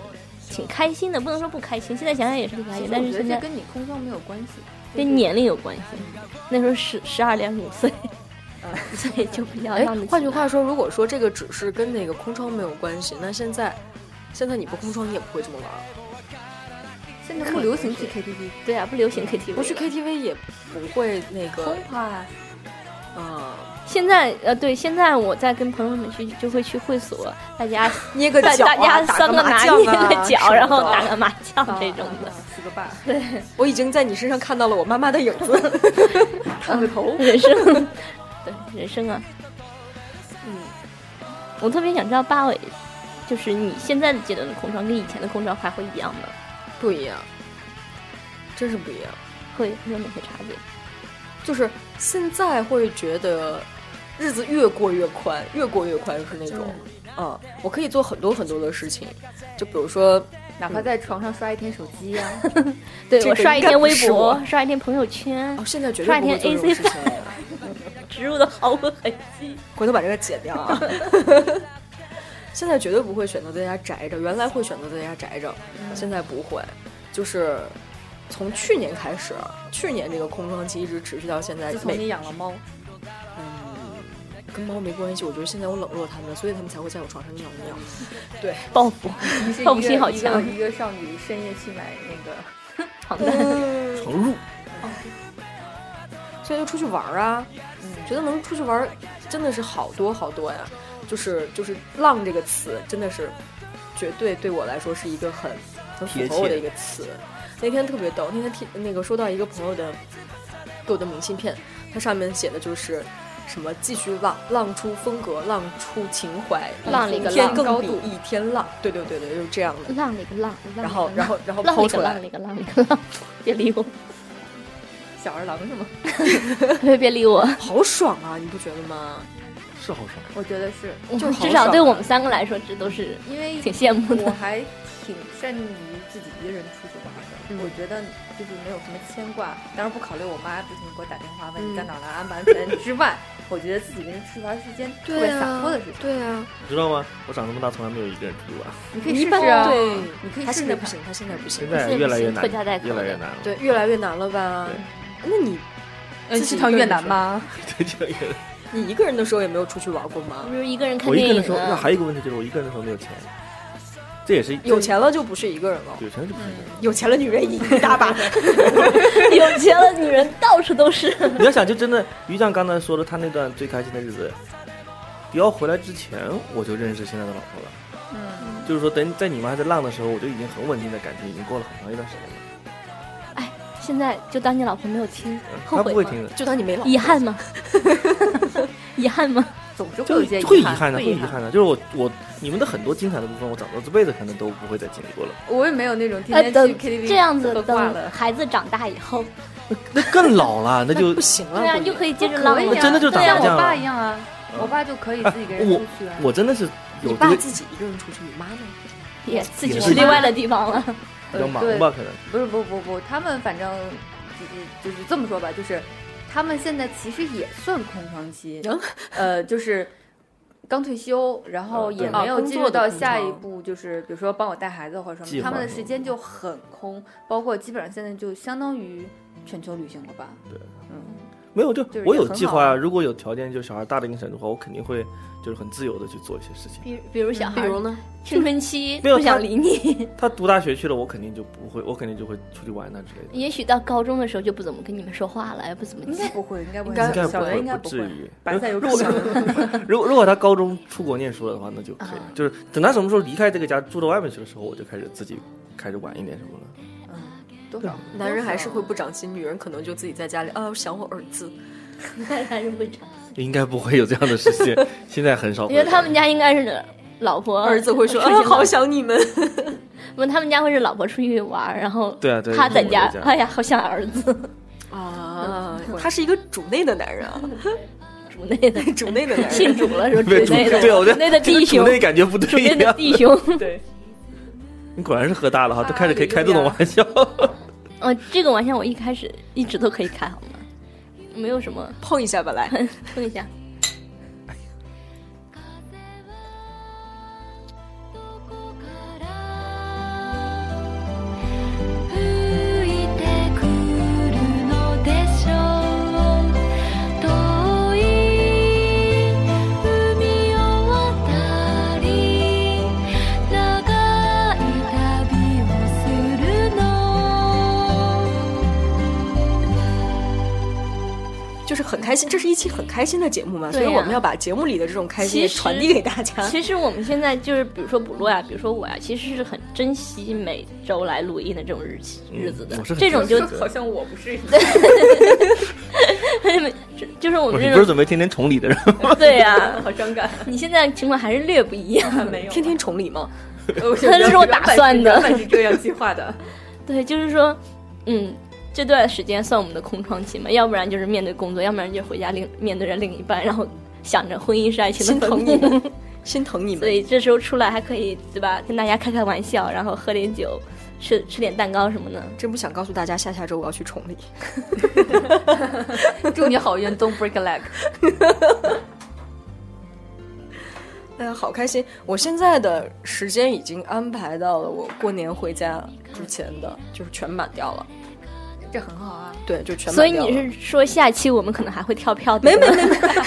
S3: 挺开心的，不能说不开心。现在想想也是挺开
S4: 其
S3: 心，
S4: 实
S3: 但
S4: 我
S3: 是
S4: 觉得
S3: 现
S4: 这
S3: 在
S4: 跟你空窗没有关系，
S3: 跟年龄有关系。那时候十十二点五岁，
S4: 呃，
S3: 所以就比较
S2: 哎
S3: 让，
S2: 换句话说，如果说这个只是跟那个空窗没有关系，那现在，现在你不空窗，你也不会这么玩儿，
S4: 现在不流行去 KTV，
S3: 对啊，不流行 KTV，
S2: 不啊去 KTV 也不会那个
S4: 轰，趴，
S2: 嗯，
S3: 现在呃对，现在我在跟朋友们去就会去会所，大家
S2: 捏个
S3: 大
S2: 脚啊，
S3: 大家
S2: 打
S3: 三
S2: 个麻
S3: 拿
S2: 将
S3: 捏
S2: 啊
S3: 个
S2: 什么
S3: 脚，
S2: 的
S3: 然后打个麻将这种
S2: 啊
S3: 的。
S4: 是个爸，
S2: 我已经在你身上看到了我妈妈的影 子，
S4: 烫个头。
S3: 人生，对人生啊，嗯，我特别想知道八尾，就是你现在的阶段的空窗跟以前的空窗还会一样吗？
S2: 不一样，真是不一样。
S3: 会会有哪些差别？
S2: 就是现在会觉得日子越过越宽，越过越宽是那种，嗯，我可以做很多很多的事情，就比如说
S4: 哪怕在床上刷一天手机呀、
S3: 对
S2: 这
S3: 我
S2: 个
S3: 刷一
S2: 应该
S3: 天
S2: 不
S3: 微
S2: 是
S3: 博
S2: 我，
S3: 刷一天朋友圈
S2: 哦，，现在绝
S3: 刷
S2: 对
S3: 一
S2: 不会
S3: 天
S2: 做这种
S3: AC
S2: 事情了，
S3: 植入的毫无痕迹。
S2: 回头把这个剪掉啊。 现在绝对不会选择在家宅着，原来会选择在家宅着，
S4: 嗯
S2: 现在不会。就是从去年开始，啊去年这个空窗期一直持续到现在，
S4: 自从
S2: 每嗯
S4: 你养了猫，
S2: 跟猫没关系，我觉得现在我冷落它们了，所以它们才会在我床上尿尿。对，
S3: 报 复，
S4: 你是一
S3: 报复
S4: 个
S3: 心好
S4: 一
S3: 强
S4: 个，一个少女深夜去买那个，
S3: 好的，
S5: 床褥，
S2: 所以就出去玩儿啊，
S4: 嗯，
S2: 觉得能出去玩儿真的是好多好多呀。就是就是“浪”这个词，真的是绝对对我来说是一个很很符
S5: 贴
S2: 合我的
S5: 切
S2: 一个词。那天特别逗，那天听那个收到一个朋友的给我的明信片，它上面写的就是什么继续浪，浪出风格，浪出情怀，
S3: 浪
S2: 一
S3: 里个
S2: 天
S3: 浪
S2: 更
S4: 高
S2: 比
S4: 度
S2: 一天浪。对对对对，就是这样的。
S3: 浪里个浪，
S2: 然后然后然后
S3: 浪
S2: 抛
S3: 里
S2: 出
S3: 个
S2: 来
S3: 浪，里个浪里个浪，别理我，
S4: 小儿郎是吗？
S3: 别别理我，
S2: 好爽啊！你不觉得吗？
S5: 是好爽。
S4: 我觉得是，
S2: 就是好
S3: 至少
S2: 爽
S3: 对
S2: 啊
S3: 我们三个来说，这都是
S4: 因为
S3: 挺羡慕
S4: 我
S3: 的。
S4: 还挺善于自己一个人出去玩的，我觉得就是没有什么牵挂，当然不考虑我妈不停地给我打电话问你在哪儿了、安不安全之外， 我觉得自己一个人出去玩是件特别洒脱的事情。
S2: 对啊，
S5: 你知道吗？我长这么大从来没有一个人出去玩，
S4: 你可以试试啊，
S2: 对，
S4: 你可以
S2: 他
S4: 试
S2: 现
S4: 试
S2: 在不
S4: 看。
S2: 行，他现在不行
S5: 现。在
S3: 现在
S5: 越来
S3: 不行
S5: 越难，
S3: 拖家带口
S5: 越来
S3: 的
S5: 越难了。
S2: 对，越来越难了吧？那你自
S4: 嗯，
S2: 己
S4: 去
S2: 一
S4: 趟
S2: 个
S4: 越
S2: 人的
S4: 南
S2: 时候
S4: 吗？
S5: 对，越来越难。
S2: 你一个人的时候也没有出去玩过吗
S3: 不？是一个人看
S5: 我一
S3: 电
S5: 个人
S3: 影
S5: 的时候，那
S3: 啊，
S5: 还有一个问题就是我一个人的时候没有钱，这也是
S2: 有，钱了就不是一个人了，
S5: 有钱就不是一个人。
S2: 有钱了女人一大 把。
S3: 有钱了，女人到处都是。
S5: 你要想，就真的于酱刚才说的，他那段最开心的日子，迪奥回来之前我就认识现在的老婆了。
S4: 嗯，
S5: 就是说，等在你们还在浪的时候，我就已经很稳定的感情已经过了很长一段时间了。
S3: 现在就当你老婆没有听，后
S5: 嗯他
S3: 悔
S5: 不会
S3: 吗
S5: 听的，
S2: 就当你没老，
S3: 遗憾吗？遗憾吗？
S4: 总之会
S5: 就
S4: 有一些
S5: 是会遗
S4: 憾，
S5: 憾的，会遗憾的。就是我我你们的很多精彩的部分，我长到这辈子可能都不会再经历过了，
S4: 我也没有那种
S3: 呃，
S4: 天天
S3: 等
S4: 去 KTV
S3: 这样子，
S4: 喝挂
S3: 等
S4: 了。
S3: 孩子长大以后，
S5: 那更老了，那就
S2: 不行了。
S3: 对啊，
S2: 过
S3: 你就
S2: 年
S3: 可以接着浪
S4: 可以
S3: 了
S4: 啊，
S5: 那真的就
S4: 对
S5: 长
S4: 呀
S5: 成这样
S4: 我爸
S5: 了
S4: 一样啊，我爸就可以自己一个人
S5: 我
S4: 出去啊。
S5: 我真的是有
S2: 你
S5: 这
S2: 爸
S5: 个
S2: 自己一个人出去，你妈呢？
S3: 也自己
S5: 也
S3: 去
S5: 是
S3: 另外的地方了。
S5: 比较忙
S4: 对
S5: 吧，可能。
S4: 不是不不不，他们反正就是就是这么说吧，就是他们现在其实也算空窗期，呃，就是刚退休，然后
S5: 嗯
S4: 也
S5: 对
S4: 没
S2: 啊
S4: 有
S2: 工
S4: 进
S2: 作
S4: 入
S2: 的
S4: 到
S2: 空
S4: 下一
S2: 窗
S4: 步，就是比如说帮我带孩子或者什
S5: 计
S4: 么，他们
S5: 划
S4: 的
S5: 什
S4: 时
S5: 么
S4: 间就很空，包括基本上现在就相当于全球旅行了吧，
S5: 对，
S4: 嗯，
S5: 没有，就
S4: 就是
S5: 我
S4: 也
S5: 有
S4: 很
S5: 计
S4: 好
S5: 划，
S4: 啊
S5: 如果有条件，就是小孩大的一定程度的话，我肯定会就是很自由的去做一些事情。
S3: 比比如小
S2: 比
S3: 孩
S2: 如呢？
S3: 青春期
S5: 没有
S3: 不想理你，
S5: 他读大学去了，我肯定就不会，我肯定就会出去玩呐之类的。
S3: 也许到高中的时候就不怎么跟你们说话了，也不怎么
S4: 应
S3: 见
S4: 该。不会，应该不
S2: 应
S4: 会，
S2: 该
S5: 应该不
S4: 小
S5: 会，
S4: 人应该
S5: 不至
S4: 会。
S5: 于。
S4: 白菜有
S5: 如
S4: 可
S5: 果
S4: 能，
S5: 如果如果他高中出国念书了的话，那就可以了
S3: 啊。
S5: 就是等他什么时候离开这个家，住到外面去的时候，我就开始自己开始玩一点什么了。
S4: 嗯，多少
S2: 男人还是会不长心，女人可能就自己在家里啊，想我儿子。
S3: 还是会长，
S5: 应该不会有这样的事情，现在很少
S3: 我
S5: 会
S3: 觉
S5: 有
S3: 得
S5: 这
S3: 他
S5: 样的。
S3: 们家应该是老婆
S2: 儿子会说
S3: 出去
S2: 啊，好
S3: 玩
S2: 想你们。
S3: 不， 他们家会是老婆出去玩儿，然后
S5: 对啊对啊
S3: 他在
S5: 我
S3: 家
S5: 在家，
S3: 哎呀，好想儿子，
S2: 啊，他是一个主内的男人啊，
S3: 主内的
S2: 主内的男人。
S3: 信主了，说主
S5: 对
S3: 内的，
S5: 对，我觉
S3: 主内的
S5: 得这个
S3: 弟
S5: 主
S3: 兄，
S5: 内感觉不
S3: 主
S5: 对
S3: 内
S5: 一
S3: 的
S5: 样。
S3: 弟兄，
S2: 对，
S5: 你果然是喝大了哈，都开始可以开这种
S4: 啊
S5: 玩笑。
S3: 嗯，这个玩笑我一开始一直都可以开，好吗？没有什么，
S2: 碰一下吧，来，
S3: 碰一下。
S6: 「吹いてくるのでしょう」「遠い海を渡り」「長い旅をするの」
S2: 就是很开心，这是一期很开心的节目嘛，所
S3: 对
S2: 以
S3: 呀
S2: 我们要把节目里的这种开心
S3: 其实
S2: 传递给大 家。
S3: 其实我们现在就是，比如说补录呀，比如说我呀，其实是很珍惜每周来录音的这种日期
S5: 嗯
S3: 日子的
S5: 我是。很
S3: 这种就
S4: 好像我不是一样，
S3: 就是我
S5: 不
S3: 们
S5: 是
S3: 这
S5: 不是
S3: 种
S5: 准备天天崇礼的人吗？
S3: 对呀，
S4: 好伤感，
S3: 你现在情况还是略不一样。
S4: 没有
S2: 天天崇礼吗？
S4: 他
S3: 是我打算的
S4: 原本是这样计划的。
S3: 对，就是说，嗯，这段时间算我们的空窗期嘛，要不然就是面对工作，要不然就回家另面对着另一半，然后想着婚姻是爱情
S2: 心
S3: 的
S2: 疼
S3: 坟
S2: 你
S3: 墓
S2: 们。心疼你
S3: 所
S2: 们。
S3: 以这时候出来还可以对吧，跟大家开开玩笑，然后喝点酒，吃吃点蛋糕什么的。
S2: 真不想告诉大家，下下周我要去崇 礼。
S4: 祝你好运，Don't break a leg。
S2: 哎呀，好开心！我现在的时间已经安排到了我过年回家之前的，就是全满掉了。
S4: 这很好啊，
S2: 对，就全
S3: 所
S2: 满
S3: 以
S2: 掉了。
S3: 你是说下期我们可能还会跳票？
S2: 没
S3: 对
S2: 没
S3: 吧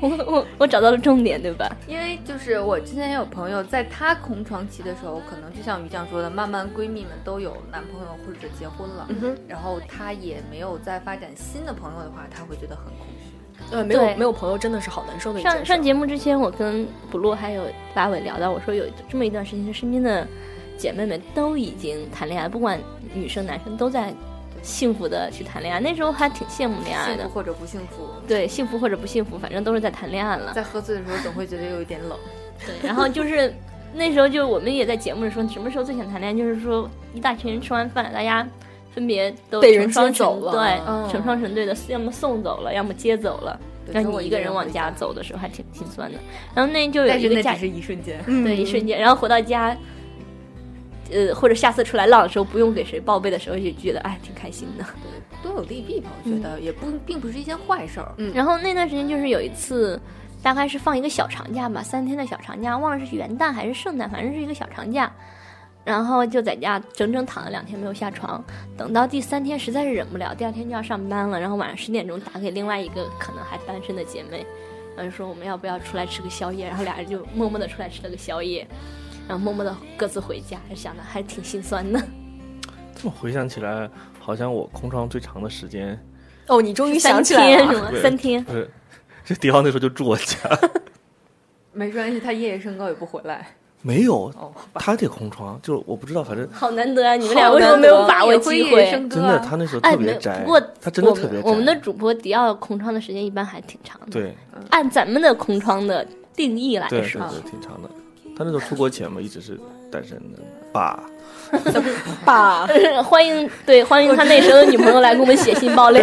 S2: 没，没，
S3: 我我我找到了重点，对吧？
S4: 因为就是我之前也有朋友，在她空窗期的时候，可能就像于酱说的，慢慢闺蜜们都有男朋友或者结婚了，然后她也没有再发展新的朋友的话，她会觉得很空虚。
S2: 对，呃没有
S3: 对
S2: 没有朋友真的是好难受的一件
S3: 上
S2: 事。
S3: 上节目之前，我跟补录还有八尾聊到，我说有这么一段时间，身边的姐妹们都已经谈恋爱，不管女生男生都在幸福的去谈恋爱。那时候还挺羡慕恋爱
S4: 幸
S3: 的
S4: 福，或者不幸福，
S3: 对，幸福或者不幸福，反正都是在谈恋爱了。
S4: 在喝醉的时候总会觉得有一点冷。
S3: 对，然后就是那时候就我们也在节目里说，什么时候最想谈恋爱，就是说一大群人吃完饭，大家分别都
S2: 被人
S3: 成双
S2: 接走
S3: 成
S2: 了
S3: 对，
S4: 嗯
S3: 成双成对的，要么送走了，要么接走了。
S4: 对
S3: 让
S4: 只有
S3: 你
S4: 我
S3: 一
S4: 一
S3: 个
S4: 个人
S3: 人往
S4: 回
S3: 家
S4: 家
S3: 走的时候还挺心酸的。然后那就有
S4: 但
S3: 一
S4: 是
S3: 个
S4: 那
S3: 家
S4: 只是一瞬间，嗯
S3: 对，一瞬间，然后回到家，呃，或者下次出来浪的时候，不用给谁报备的时候，就觉得哎，挺开心的。嗯
S4: 多有利弊吧，我觉得也不并不是一件坏事儿。
S3: 然后那段时间就是有一次，大概是放一个小长假吧，三天的小长假，忘了是元旦还是圣诞，反正是一个小长假。然后就在家整整躺了两天没有下床，等到第三天实在是忍不了，第二天就要上班了，然后晚上十点钟打给另外一个可能还单身的姐妹，然后说我们要不要出来吃个宵夜，然后俩人就默默的出来吃了个宵夜，然后默默的各自回家，想的还挺心 酸的。
S5: 这么回想起来，好像我空窗最长的时间，
S2: 哦，你终于想
S3: 三
S2: 起来
S3: 天
S2: 了
S3: 什。么？三天。
S5: 不是，这迪奥那时候就住我家，
S4: 没关系，他夜夜笙歌也不回来。
S5: 没有，
S4: 哦，好吧
S5: 他得空窗，就是我不知道，反正
S3: 好难得啊！你们俩为什么没有把握机
S4: 也会夜
S3: 会？
S4: 笙歌
S5: 真
S4: 啊
S5: 的他那时候
S3: 哎，
S5: 特
S3: 没
S5: 别
S3: 有。
S5: 宅，
S3: 不过
S5: 他真的
S3: 我们
S5: 特别宅。
S3: 我们的主播迪奥空窗的时间一般还挺长的。，
S5: 对
S3: 按咱们的空窗的定义
S4: 哎
S3: 来
S5: 对对
S3: 说，
S5: 对，挺长的。他那时候出国前嘛，一直是单身的 吧。
S2: 爸，
S3: 欢迎对欢迎他那时候的女朋友来给我们写信爆 料，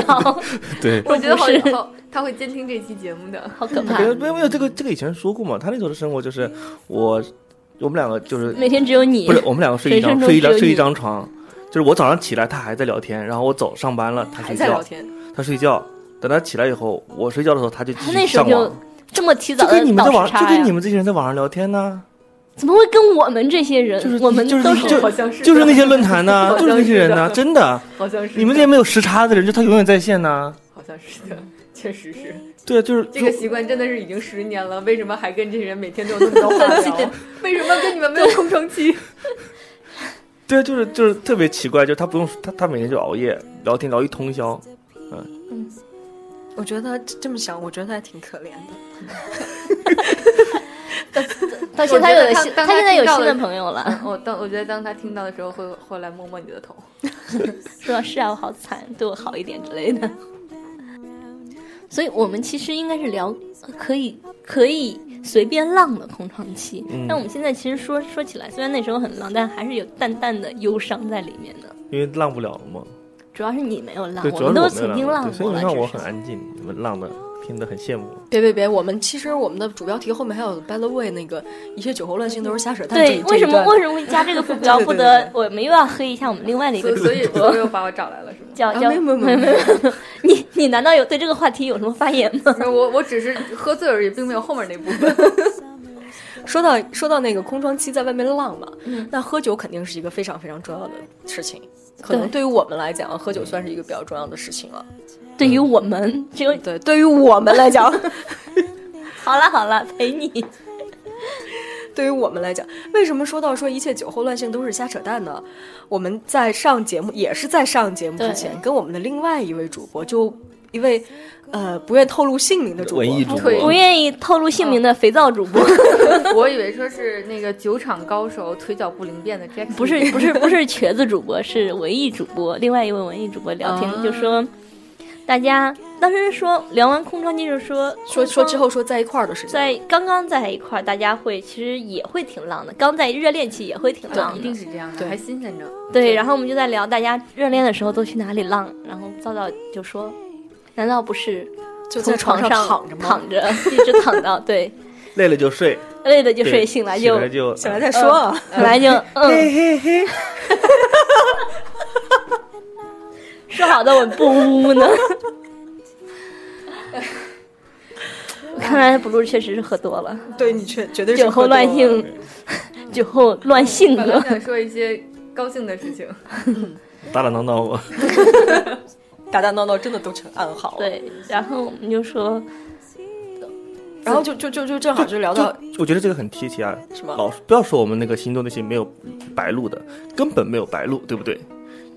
S5: 对，
S4: 我觉得好
S3: 不是
S4: 好，他会监听这期节目的。
S3: 好 可怕
S5: 没！有没有没有，这个这个以前说过嘛，他那时候的生活就是我我们两个就是
S3: 每天只有你
S5: 不是我们两个睡一
S3: 人
S5: 张
S3: 生中
S5: 睡一
S3: 只有
S5: 张睡
S3: 你
S5: 一张床，就是我早上起来他还在聊天，然后我走上班了他
S4: 还
S5: 睡
S4: 在聊
S5: 觉，
S4: 天，
S5: 他睡觉，等他起来以后我睡觉的时候他就继
S3: 他那
S5: 续
S3: 时候
S5: 上
S3: 就
S5: 网，
S3: 这么提早
S5: 就
S3: 的
S5: 跟你们在
S3: 倒
S5: 网
S3: 时
S5: 就
S3: 差
S5: 跟你
S3: 呀？
S5: 们这些人在网上聊天呢、
S3: 怎么会跟我们这些
S5: 就是
S3: 人？我们
S5: 就是
S3: 都
S5: 就是是
S4: 好像是
S5: 就是那些论坛呢、
S4: 好像
S5: 就是那些人呢、
S4: 是的
S5: 真的，
S4: 好像是
S5: 你们这些没有时差的人，就他永远在线呢、
S4: 好像是的，确实是
S5: 对，就是
S4: 这个
S5: 就
S4: 习惯真的是已经十年了，为什么还跟这些人每天都有那么 多话聊？为什么跟你们没有空窗期？
S5: 对，就是就是特别奇怪，就是他不用他他每天就熬夜聊天聊一通宵，
S2: 我觉得他这么想，我觉得他还挺可怜的。
S3: 到现在有
S4: 我觉得
S3: 了
S4: 他
S3: 新，
S4: 当
S3: 他
S4: 他
S3: 现在有
S4: 听到
S3: 新的
S4: 了
S3: 朋友了。
S4: 我当我觉得当他听到的时候，会会来摸摸你的头。
S3: 说是啊，我好惨，对我好一点之类的。 所以我们其实应该是聊呃可以可以随便浪的空窗期，
S5: 嗯
S3: 但我们现在其实说说起来，虽然那时候很浪，但还是有淡淡的忧伤在里面的。
S5: 因为浪不了了嘛。
S3: 主要是你没有
S4: 啊
S3: 浪，
S5: 对，主要
S3: 们
S5: 是
S3: 都
S5: 我
S3: 曾
S5: 没
S3: 经
S5: 有浪
S3: 浪
S5: 对所以
S3: 过了。
S5: 你看我
S3: 只
S5: 很
S3: 是
S5: 安静，你们浪的听得很羡慕。
S2: 别别别，我们其实我们的主标题后面还有 by the way 那个一切酒后乱性都是瞎扯淡。
S3: 对，为什么为
S2: 我
S3: 什么会加这个副标？
S2: 对对
S3: 不
S2: 对
S3: 得，我们又要黑一下我们另外的一
S4: 所
S3: 个
S4: 以
S3: 主
S4: 所以
S3: 播
S4: 所以，又把我找来了是吗？
S3: 叫
S2: 啊
S3: 叫
S2: 没有没有没有没有
S3: 你你难道有对这个话题有什么发言吗？
S4: 没有我我只是喝醉而已，并没有后面那部分。
S2: 说到说到那个空窗期在外面浪嘛？
S3: 嗯
S2: 那喝酒肯定是一个非常非常重要的事情。可能对于我们来讲，喝酒算是一个比较重要的事情了。
S3: 对于我们，只有
S2: 对，对于我们来讲，
S3: 好了好了，陪 你。
S2: 对于我们来讲，为什么说到说一切酒后乱性都是瞎扯淡呢？我们在上节目，也是在上节目之前，跟我们的另外一位主播，就一位呃不愿透露姓名的主播，
S5: 文艺主
S4: 退
S3: 不
S5: 播，
S3: 愿意透露姓名的肥皂主 播，
S4: 我以为说是那个酒场高手，腿脚不灵便的 Jack，
S3: 不是不是不是瘸子主播，是文艺主播。另外一位文艺主播聊天、
S2: 啊
S3: 就说，大家当时说聊完空窗期就说
S2: 说说之
S3: 后。
S2: 后说在一块儿的事情，
S3: 在刚刚在一块儿，大家会其实也会挺浪的。刚在热恋期也会挺
S4: 啊，
S3: 浪
S4: 一
S3: 的
S4: 定，是这样的，
S2: 对
S4: 还新鲜着。
S3: 对。然后我们就在聊大家热恋的时候都去哪里浪，然后早早就说，难道不是
S2: 就在
S3: 从
S2: 床
S3: 床
S2: 上
S3: 上
S2: 躺着吗？
S3: 躺着，一直躺到对，
S5: 累了就睡，
S3: 累了就
S5: 对
S3: 睡，醒来
S5: 醒
S3: 就
S5: 来就
S2: 醒来再说啊。
S3: 醒来就嗯，
S5: 嘿嘿嘿，
S3: 说好的我不污呢。看来布鲁确实是喝多了，
S2: 对你确绝对是
S3: 嗯酒后乱性， 酒后乱性
S4: 本来
S3: 格。
S4: 想说一些高兴的事 情，
S5: 打打闹闹我。
S2: 打打闹闹，真的都成暗号。，
S3: 对，然后我们就说，
S2: 然后就就就就正好
S3: 嗯
S2: 就聊到
S5: 我觉得这个很贴切啊，
S2: 什么
S5: 老不要说我们那个星座那些没有白鹿的，根本没有白鹿，对不对？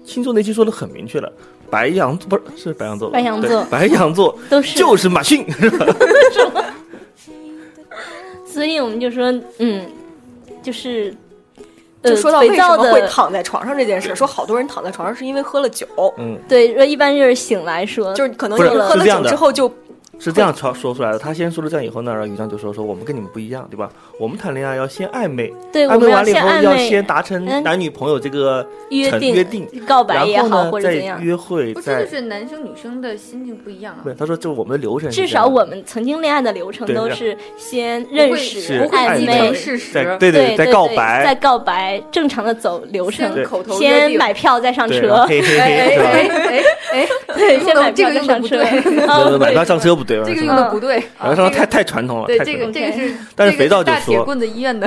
S5: 星座那期说的很明确了，白羊座不是是白羊座吧，
S3: 白羊座
S5: 对白羊座
S3: 都是
S5: 就是马逊， 是吧？
S3: 所以我们就说，嗯，就是，呃，
S2: 就说到
S3: 肥
S2: 为什
S3: 皂
S2: 么会
S3: 的
S2: 躺在床上这件事，说好多人躺在床上是因为喝了酒，
S5: 嗯，
S3: 对，说一般就是醒来说，
S2: 就是可能
S5: 不
S2: 你
S5: 是
S2: 喝
S5: 是
S2: 了
S5: 这样
S2: 酒
S5: 的
S2: 之后就是
S5: 这样说说出来的。他先说了这样以后呢，然后雨章就说说我们跟你们不一样，对吧？我们谈恋爱要先暧昧，
S3: 对
S5: 暧
S3: 我们
S5: 昧
S3: 要
S5: 完了以
S3: 先
S5: 后
S3: 暧
S5: 要
S3: 昧
S5: 先达成
S3: 嗯
S5: 男女朋友这个
S3: 约
S5: 成
S3: 定
S5: 约定，
S3: 告白也
S5: 然
S3: 好
S5: 后
S3: 或
S5: 呢
S3: 者
S5: 再
S3: 怎样，
S5: 约会，
S4: 不这
S5: 再
S4: 就是男生女生的心境不一样啊
S5: 不是，。他说就是我们的流程是这
S3: 至
S5: 样的，
S3: 少我们曾经恋爱的流程
S5: 对
S3: 都
S5: 让
S3: 是先认识、
S5: 是
S4: 不会
S5: 暧
S3: 暧
S4: 既
S5: 昧
S4: 成
S3: 昧，
S4: 事
S5: 在
S4: 实，
S5: 对
S3: 对，
S5: 在
S3: 对
S5: 告
S3: 对再
S5: 白，
S3: 告白，正常的走流程
S4: 先，口头约
S3: 先
S4: 定。
S3: 买票再上
S5: 对，然后
S3: 车，
S5: 嘿嘿
S4: 哎
S5: 嘿，是吧？
S4: 哎哎哎，
S3: 对，
S4: 这
S3: 先
S4: 个
S3: 买
S4: 这
S3: 票
S4: 个
S3: 再
S4: 用的
S3: 上
S4: 不
S3: 车
S4: 对，
S5: 对对，
S3: 嗯，
S5: 买票上车不对，
S4: 这个
S5: 是
S4: 用
S5: 吧
S4: 的不对。
S5: 然后上车太太传统了，
S4: 对
S5: 太
S4: 这
S5: 传
S4: 个
S5: 统了
S4: 这个 是，
S5: 但是
S4: 这个
S5: 肥皂就
S4: 大铁
S5: 说
S4: 棍子医院的，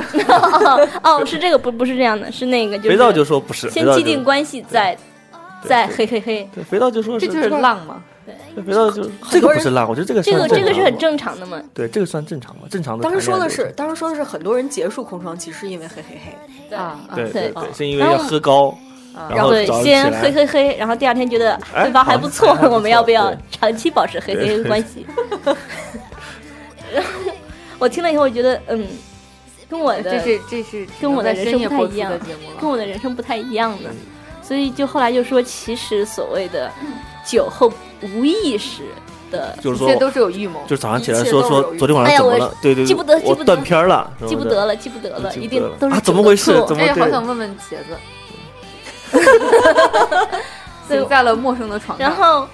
S3: 哦，是这个不不是这样的，是那个就是
S5: 肥皂就说不是，肥
S3: 先
S5: 皂
S3: 既
S5: 就
S3: 定关系再
S5: 对
S3: 再
S5: 对
S3: 嘿嘿嘿，
S5: 对，肥皂就说
S4: 这
S5: 是
S4: 就是
S5: 吧，
S4: 浪嘛。
S5: 对肥皂就这个不是浪，我觉得这个
S3: 这
S5: 算
S3: 个
S5: 正
S3: 这个是
S5: 常
S3: 很
S5: 的，
S3: 正常的嘛，
S5: 对，这个算正常了，正常的
S2: 当
S5: 谈
S2: 时
S5: 恋
S2: 说
S5: 爱流程。
S2: 的是，当时说的是很多人结束空窗期是因为嘿嘿嘿，
S3: 对
S4: 啊啊
S5: 对
S3: 对
S5: 对
S2: 啊
S5: 对，是因为
S3: 然后
S5: 要喝高，
S4: 啊
S5: 然后
S3: 对，
S5: 早上起
S3: 先
S5: 来
S3: 嘿嘿嘿，然后第二天觉得
S5: 哎
S3: 对方还
S5: 好
S3: 不错
S5: 还不，错
S3: 我们要不要
S5: 对
S3: 长期保持嘿嘿嘿
S5: 对
S3: 关系？ 然后我听了以后，我觉得嗯，跟我
S4: 这
S3: 的
S4: 是这是
S3: 跟我的人
S4: 深
S3: 生
S4: 夜
S3: 不太
S4: 播出
S3: 一样
S4: 的节目
S3: 跟
S4: 了。
S3: 我的人生不太一样
S5: 嗯
S3: 的，所以就后来就说，其实所谓的酒后无意识的
S5: 就是
S4: 这
S5: 说
S4: 些，都是有预谋，
S5: 就是早上起来
S2: 一切
S5: 说
S2: 都
S5: 说
S2: 有
S5: 昨天晚
S3: 哎
S5: 上
S3: 呀
S5: 怎么
S3: 我
S5: 了？对对，
S3: 记
S5: 对
S3: 不得记
S5: 我
S3: 不
S5: 断
S3: 得
S5: 片儿了，什么
S3: 记不
S5: 的
S3: 得了，记不得了，
S5: 记不
S3: 一
S5: 得
S3: 定
S5: 了
S3: 都是
S5: 啊
S3: 酒
S5: 怎么
S3: 的
S5: 回事
S3: 错
S5: 怎么
S4: 哎呀，
S5: 对
S4: 好想问问茄子，
S3: 对
S4: 醒在了陌生的床上。
S3: 然后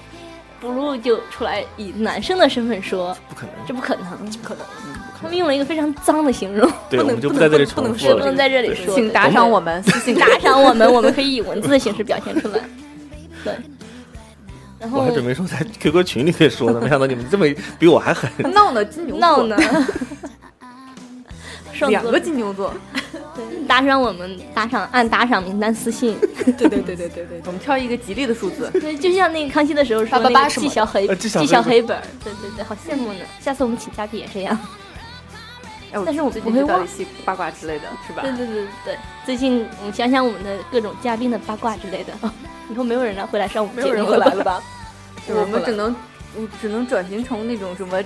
S3: blue 就出来以男生的身份说，
S5: 不可能，
S3: 这不可能，这不可能。
S4: 嗯
S5: 可
S3: 他们用了一个非常脏的形容，
S5: 对，
S2: 不能
S5: 我们就
S2: 不
S5: 不在
S2: 能
S5: 这里
S2: 不能
S5: 重复
S2: 说
S5: 了。
S3: 不能在这里
S5: 对
S3: 说，
S4: 请
S3: 对
S4: 打赏我们，私信
S3: 打赏我们，我们可以以文字的形式表现出来。对，然
S5: 我
S3: 后
S5: 还准备说在 QQ 群里面说呢，没想到你们这么比我还狠。
S4: 闹呢，金牛座
S3: 闹 呢，双
S4: 两
S3: 子
S4: 个金牛座，
S3: 对打赏我们，打赏按打赏名单私 信。
S2: 对对对对对对
S4: 我们挑一个吉利的数字。
S3: 对，就像那个康熙的时候说
S2: 888
S3: 那个
S2: 什
S3: 纪
S2: 么的
S3: 晓黑
S5: 呃纪晓
S3: 纪晓
S5: 黑
S3: 黑本儿，对对对，好羡慕呢。下次我们请嘉宾也这样。
S4: 哎，
S3: 但是我
S4: 最
S3: 不
S4: 近
S3: 会
S4: 知道
S3: 忘
S4: 一些八卦之类的，是吧
S3: 对？对对对对，最近我们想想我们的各种嘉宾的八卦之类的， 哦以后没有人来会来上我们
S2: 没
S3: 节目
S2: 有人会来了 吧？
S4: 我们只能，我只能转型成那种什么。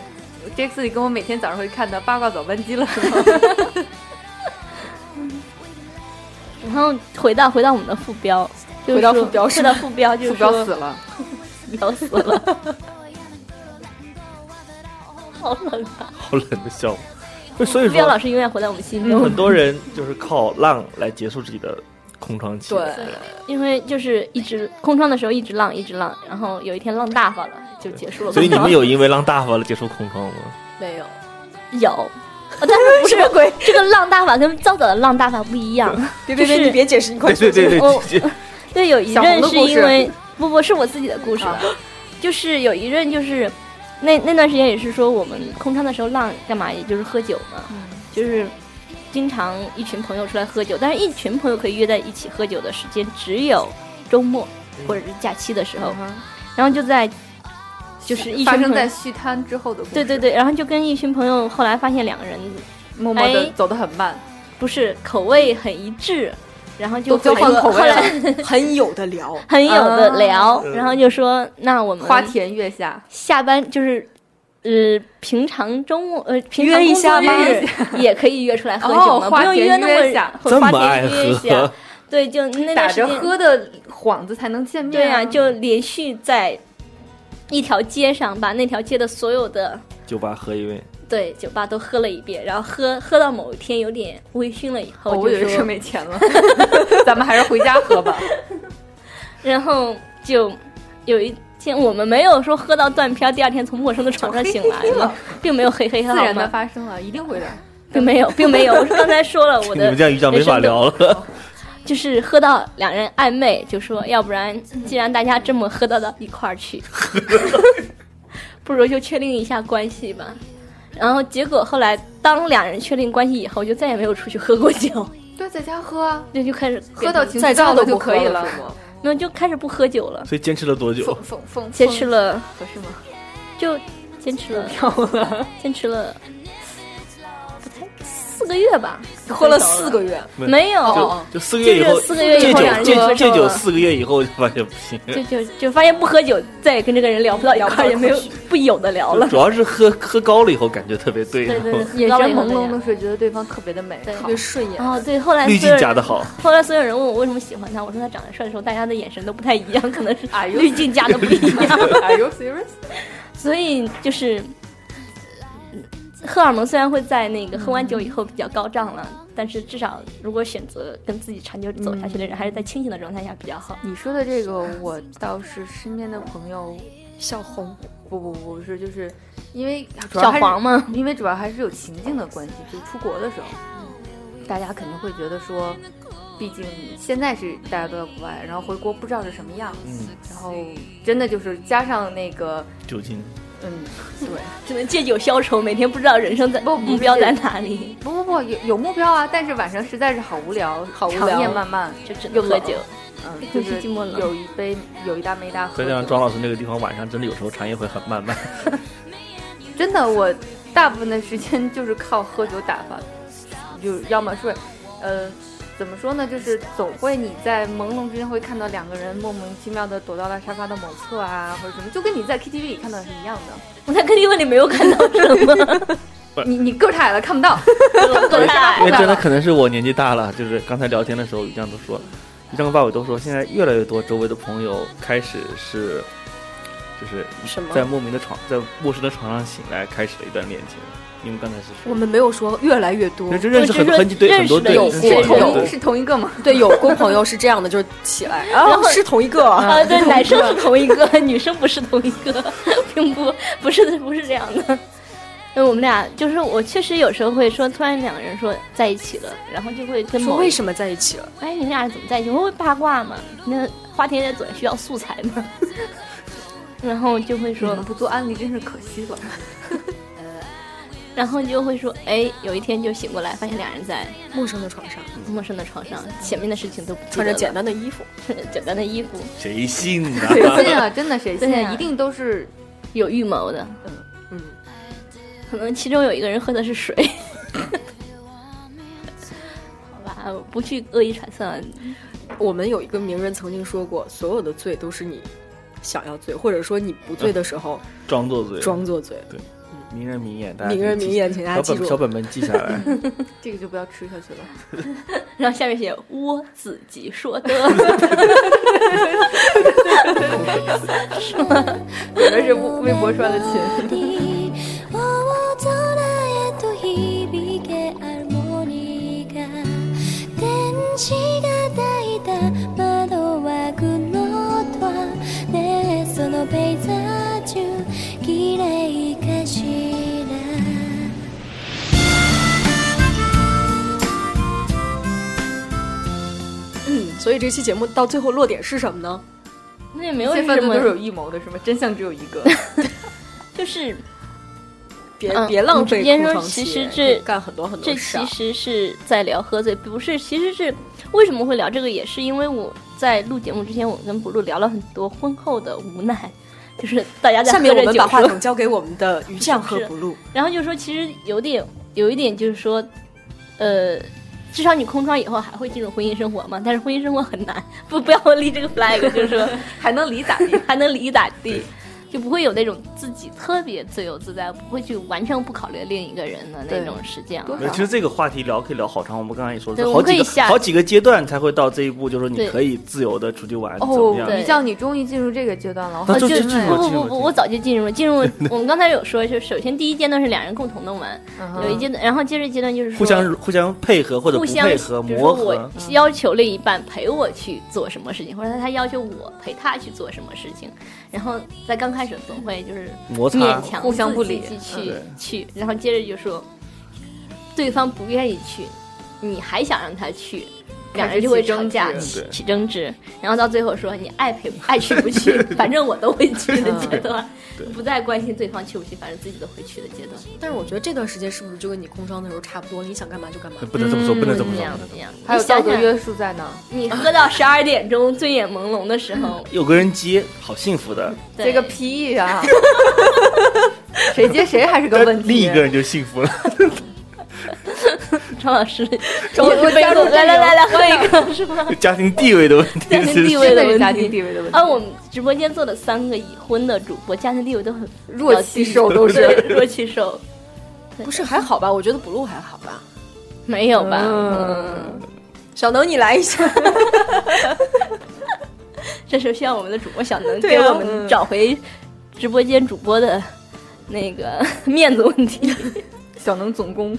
S4: 这次你跟我每天早上会看的八卦早班机了，是吗？
S3: 然后回到回到我们的副标，就是
S2: 回到
S3: 说
S2: 副标是
S3: 回到副标就是
S4: 鼠标
S3: 说
S4: 死 了，
S3: 聊死了，好冷啊！
S5: 好冷的笑话。不是所以
S3: 副标老
S5: 说，
S3: 师永远活在我们心中
S5: 很，多人就是靠浪来结束自己的空窗期。
S2: 对，
S3: 因为就是一直空窗的时候一直浪一直浪，然后有一天浪大发了就结束了空窗。
S5: 所以你们有因为浪大发了结束空窗吗？
S2: 没有，
S3: 有，呃但是不是鬼？这个浪大法跟早早的浪大法不一样。
S2: 别别别，
S3: 就是
S2: 你别解释，你快
S5: 对
S2: 说
S5: 对对对
S3: 我
S5: 对，
S3: 对，有一
S4: 小
S3: 任
S4: 红的
S3: 是
S4: 故事
S3: 因为不不是我自己的故事了，
S4: 啊
S3: 就是有一任就是那那段时间也是说我们空窗的时候浪干嘛，也就是喝酒嘛，
S4: 嗯
S3: 就是经常一群朋友出来喝酒，但是一群朋友可以约在一起喝酒的时间只有周末
S4: 嗯
S3: 或者是假期的时候，然后就在就是一群
S4: 发
S3: 朋友
S4: 生在续摊之后的故事。
S3: 对对，对，然后就跟一群朋友后来发现两个人
S4: 默默
S3: 哎
S4: 的走得很慢，
S3: 不是口味很一致，然后就
S4: 都交
S3: 很
S4: 换
S3: 有
S4: 口味
S3: 后
S4: 了
S3: 来
S2: 很有的聊。
S3: 很有的
S4: 啊
S3: 聊，
S5: 嗯
S3: 然后就说那我们
S4: 花田月下，
S3: 下班就是。呃，平常周末呃，平常
S2: 约一
S3: 工作
S2: 下吗
S3: 日也可以约出来喝酒
S4: 哦
S3: 嘛，不
S4: 花
S3: 用
S4: 田
S3: 约那
S4: 约一
S3: 么
S4: 下
S3: 和花
S5: 这么
S3: 田
S5: 爱
S3: 约一
S5: 喝
S3: 下，对，就那
S4: 打
S3: 段时
S4: 着
S3: 间，
S4: 喝的幌子才能见面。啊
S3: 对呀、就连续在一条街上把那条街的所有的
S5: 酒吧喝一杯，
S3: 对酒吧都喝了一遍，然后喝喝到某一天有点微醺了以后，
S4: 哦，我以
S3: 就
S4: 为
S3: 说
S4: 是没钱了， 咱们还是回家喝吧。
S3: 然后就有一现我们没有说喝到断片，第二天从陌生的床上醒来 了，并没有嘿嘿哈
S4: 自
S3: 好
S4: 然的
S3: 吗？
S4: 发生了，一定会的。
S3: 并没有，并没有。我是刚才说了，我
S5: 你
S3: 的哦
S5: 们这样一讲没法聊了。
S3: 就是喝到两人暧昧，就说要不然既然大家这么喝到到一块儿去，不如就确定一下关系吧。然后结果后来，当两人确定关系以后，就再也没有出去喝过酒，
S4: 对，在家喝啊，
S3: 就就开始
S4: 喝到情
S2: 在
S4: 绪
S2: 家
S4: 到
S2: 都
S4: 了
S2: 不
S4: 就
S2: 喝
S4: 可以
S2: 了
S4: 了。
S2: 是吗
S3: 那就开始不喝酒了，
S5: 所以坚持了多久？
S3: 哦
S4: 疯疯疯，
S3: 坚持了
S4: 不是吗？
S3: 就坚持了，坚持了，不太四个月吧，
S2: 喝了四个月，
S5: 对
S3: 没有，
S5: 就就四个月以后，
S3: 就哦这四个月以
S5: 戒
S3: 后
S5: 酒
S3: 两人就
S5: 戒
S3: 分手
S5: 戒酒
S3: 了
S5: 四个月以后就发现不行，
S3: 就就就发现不喝酒，再也跟这个人聊不到一块儿，也没有不有的聊了
S5: 主。要是喝喝高了以后感觉特别对，
S3: 对
S5: 然
S3: 对
S5: 后
S3: 对，
S4: 眼
S3: 高了
S4: 神
S3: 以后
S4: 朦
S3: 再
S4: 胧
S3: 聊
S4: 的时候，觉得对方特别的美
S3: 对
S4: 好
S2: 特别。顺眼。
S3: 哦，对，后来所
S5: 滤
S3: 有
S5: 镜
S3: 人
S5: 加的好，
S3: 后来所有人问我为什么喜欢他，我说他长得帅的时候，大家的眼神都不太一样， 可能是
S4: 哎呦
S3: 滤镜加的不一样，
S4: Are you serious？
S3: 所以就是嗯荷尔蒙虽然会在那个喝完酒以后比较高涨了，但是至少如果选择跟自己长久走下去的人，还是在清醒的状态下比较好。
S4: 你说的这个，我倒是身边的朋友，
S2: 小红，
S4: 不不不不是，就是因为主要
S3: 小
S4: 还是
S3: 黄吗？
S4: 因为主要还是有情境的关系，就出国的时候，大家肯定会觉得说，毕竟现在是大家都在国外，然后回国不知道是什么样，
S5: 嗯，
S4: 然后真的就是加上那个，
S5: 酒精。
S4: 嗯，对，
S3: 只能借酒消愁，每天不知道人生在
S4: 不不
S3: 目标
S4: 是
S3: 在哪里，
S4: 不不不，有有目标啊，但是晚上实在是好无聊，好
S2: 无
S4: 长
S2: 聊
S4: 夜漫漫，
S3: 就只能
S4: 又
S3: 喝
S4: 冷
S3: 酒。哎
S4: 嗯，就
S3: 尤
S4: 是
S3: 其寂寞冷
S4: 有一杯有一搭没一搭喝
S5: 再
S4: 酒，
S5: 加上庄老师那个地方，晚上真的有时候长夜会很漫漫。
S4: 真的，我大部分的时间就是靠喝酒打发，就要么睡，呃，怎么说呢，就是总会你在朦胧之间会看到两个人莫名其妙的躲到了沙发的某侧啊，或者什么，就跟你在 KTV 里看到的是一样的。
S3: 我在 KTV 里没有看到什 么，啊
S4: 你你够矮了，看不到。
S3: 够大
S5: 因为 真的可能是我年纪大了，就是刚才聊天的时候，于酱都说了，于酱跟八尾都说，现在越来越多周围的朋友开始是，就是
S2: 什么
S5: 在莫名的床，在陌生的床上醒来，开始了一段恋情。你们刚才是
S2: 我
S5: 说，
S2: 们没有说越来越多
S5: 那，这认识很多很对
S3: 认识
S5: 很多对
S3: 的有
S5: 认识很
S3: 过
S5: 多
S4: 同
S5: 对
S4: 一是同一个吗？
S2: 对，有过朋友是这样的，就是起 来，啊
S3: 然，后
S2: 是同一个啊，
S3: 啊，
S5: 嗯
S3: 对，男生是同一个， 女生不是同一个， 并不不是不是这样的。 因为我们俩就是我确实有时候会说，突然两个人说在一起了，然后就会跟
S2: 说
S3: 某
S2: 为
S3: 一
S2: 什么在一起了？
S3: 哎，你们俩怎么在一起？我会八卦嘛？那花田也总需要素材嘛。然后就会
S4: 你
S3: 说
S4: 们，不做安利真是可惜了。
S3: 然后就会说，哎，有一天就醒过来，发现俩人在
S2: 陌生的床上，
S5: 嗯
S3: 陌生的床上，前面的事情都不记
S2: 穿着
S3: 得
S2: 简
S3: 了
S2: 单的衣服，
S3: 穿着简单的衣服，
S5: 谁信呢？
S4: 谁信啊？真的谁信
S3: 对
S4: 啊？
S3: 啊
S4: 一定都是
S3: 有预谋的。
S2: 嗯，
S3: 可能其中有一个人喝的是水。 好吧，我不去恶意揣测了。
S2: 我们有一个名人曾经说过，所有的罪都是你想要醉，或者说你不醉的时候
S5: 装作嘴，
S2: 装作醉。
S5: 名人名言，大家
S2: 名人
S5: 记
S2: 名言，请大家
S5: 小
S2: 记
S5: 本
S2: 住。
S5: 小本本记下来。
S4: 这个就不要吃下去了。
S3: 然后下面写我自己说的，
S4: 有的是微博刷的亲。
S6: 大空へと響けハーモニーが天使が抱いた窓枠のドアねえそのペイザージュ綺麗かしら
S2: 嗯所以这期节目到最后落点是什么呢？
S3: 那也没有
S4: 这
S3: 什
S4: 番都是有
S3: 么，
S4: 预谋的，是吗？真相只有一个。
S3: 就是
S2: 别、
S3: 嗯
S2: 别浪费
S3: 你直接
S2: 空
S3: 说
S2: 窗期，
S3: 其实这
S2: 可以干很多很
S3: 这
S2: 多事
S3: 其
S2: 儿。
S3: 实是在聊喝醉，不是，其实是为什么会聊这个，也是因为我在录节目之前，我跟不露聊了很多婚后的无奈，就是大家在
S2: 下
S3: 喝
S2: 面我
S3: 着
S2: 们
S3: 酒
S2: 把话
S3: 说，
S2: 筒交给我们的鱼酱和不露。
S3: 然后就说其实有点有一点就是说，呃，至少你空窗以后还会进入婚姻生活嘛，但是婚 姻生活很难，不不要立这个 flag，就是说
S4: 还能理咋地？
S3: 还能离咋地，就不会有那种自己特别自由自在，不会去完全不考虑另一个人的那
S4: 对
S3: 种时间了。
S4: 多
S5: 没有，其实这个话题聊可以聊好长。我们刚才也说，
S3: 对
S5: 是
S3: 我
S5: 好
S3: 们可
S5: 几
S3: 以
S5: 个
S3: 下
S5: 好几个阶段才会到这一步，就是说你
S3: 对
S5: 可以自由的出去玩，怎
S4: 哦
S5: 么，样？
S3: 对
S4: 于酱，你终于进入这个阶段了，
S5: 那
S4: 我
S3: 哦，
S5: 就
S3: 就
S5: 进入了
S3: 不
S5: 进
S3: 不不
S5: 入了进
S3: 不，
S5: 入
S3: 我
S5: 了
S3: 早就进入了。进入 我们刚才有说，就首先第一阶段是两人共同的玩，有一阶段，然后接着阶段就是说
S5: 互相互相配合或者
S3: 互
S5: 不
S3: 相
S5: 配合
S3: 比如说
S5: 磨合嗯
S3: 我，嗯要求另一半陪我去做什么事情，或者他要求我陪他去做什么事情，然后在刚开始总会就是
S5: 摩擦
S3: 勉强
S4: 互相不理
S3: 自己
S5: 嗯
S3: 去
S5: 对
S3: 去，然后接着就说对方不愿意去，你还想让他去。两人就会吵架，
S4: 开始
S3: 起
S5: 起争执对
S3: 起争执，然后到最后说你爱陪爱 去不去，反正我都会去的阶段，不再关心对方去不去，反正自己都会去的阶段，
S2: 但是我觉得这段时间是不是就跟你空窗的时候差不多？你想干嘛就干嘛。
S5: 不能这么说，不能这么
S3: 这嗯
S5: 说。
S3: 样这
S5: 不能这么说
S3: 样。
S4: 还有
S3: 你想
S4: 道德
S3: 想，
S4: 约束在呢。
S3: 你喝到十二点钟醉眼朦胧的时
S4: 嗯
S3: 候，
S5: 有个人接，好幸福的，
S3: 对
S4: 这个屁呀、谁接谁还是个问
S5: 但
S4: 题。
S5: 另一个人就幸 福了。
S3: 张老 师，
S4: 我我加入
S3: 来来来来喝一个是吗？
S5: 家庭地位的问题，
S3: 家庭
S5: 是
S3: 地位
S4: 真
S3: 的
S4: 的是
S3: 问
S4: 家
S3: 题
S4: 庭地位的问题。
S3: 啊，我们直播间坐的三个已婚的主播，家庭地位都很
S4: 弱气受都
S3: 对
S4: 是。
S3: 弱气受，
S2: 不是还好吧？我觉得补录还好吧。
S3: 没有吧？
S4: 嗯
S3: 嗯，
S2: 小能，你来一下。
S3: 这时候需要我们的主播小能
S2: 对
S3: 给
S2: 啊
S3: 我
S4: 嗯
S3: 们找回直播间主播的那个 面子问题。
S4: 小能总攻，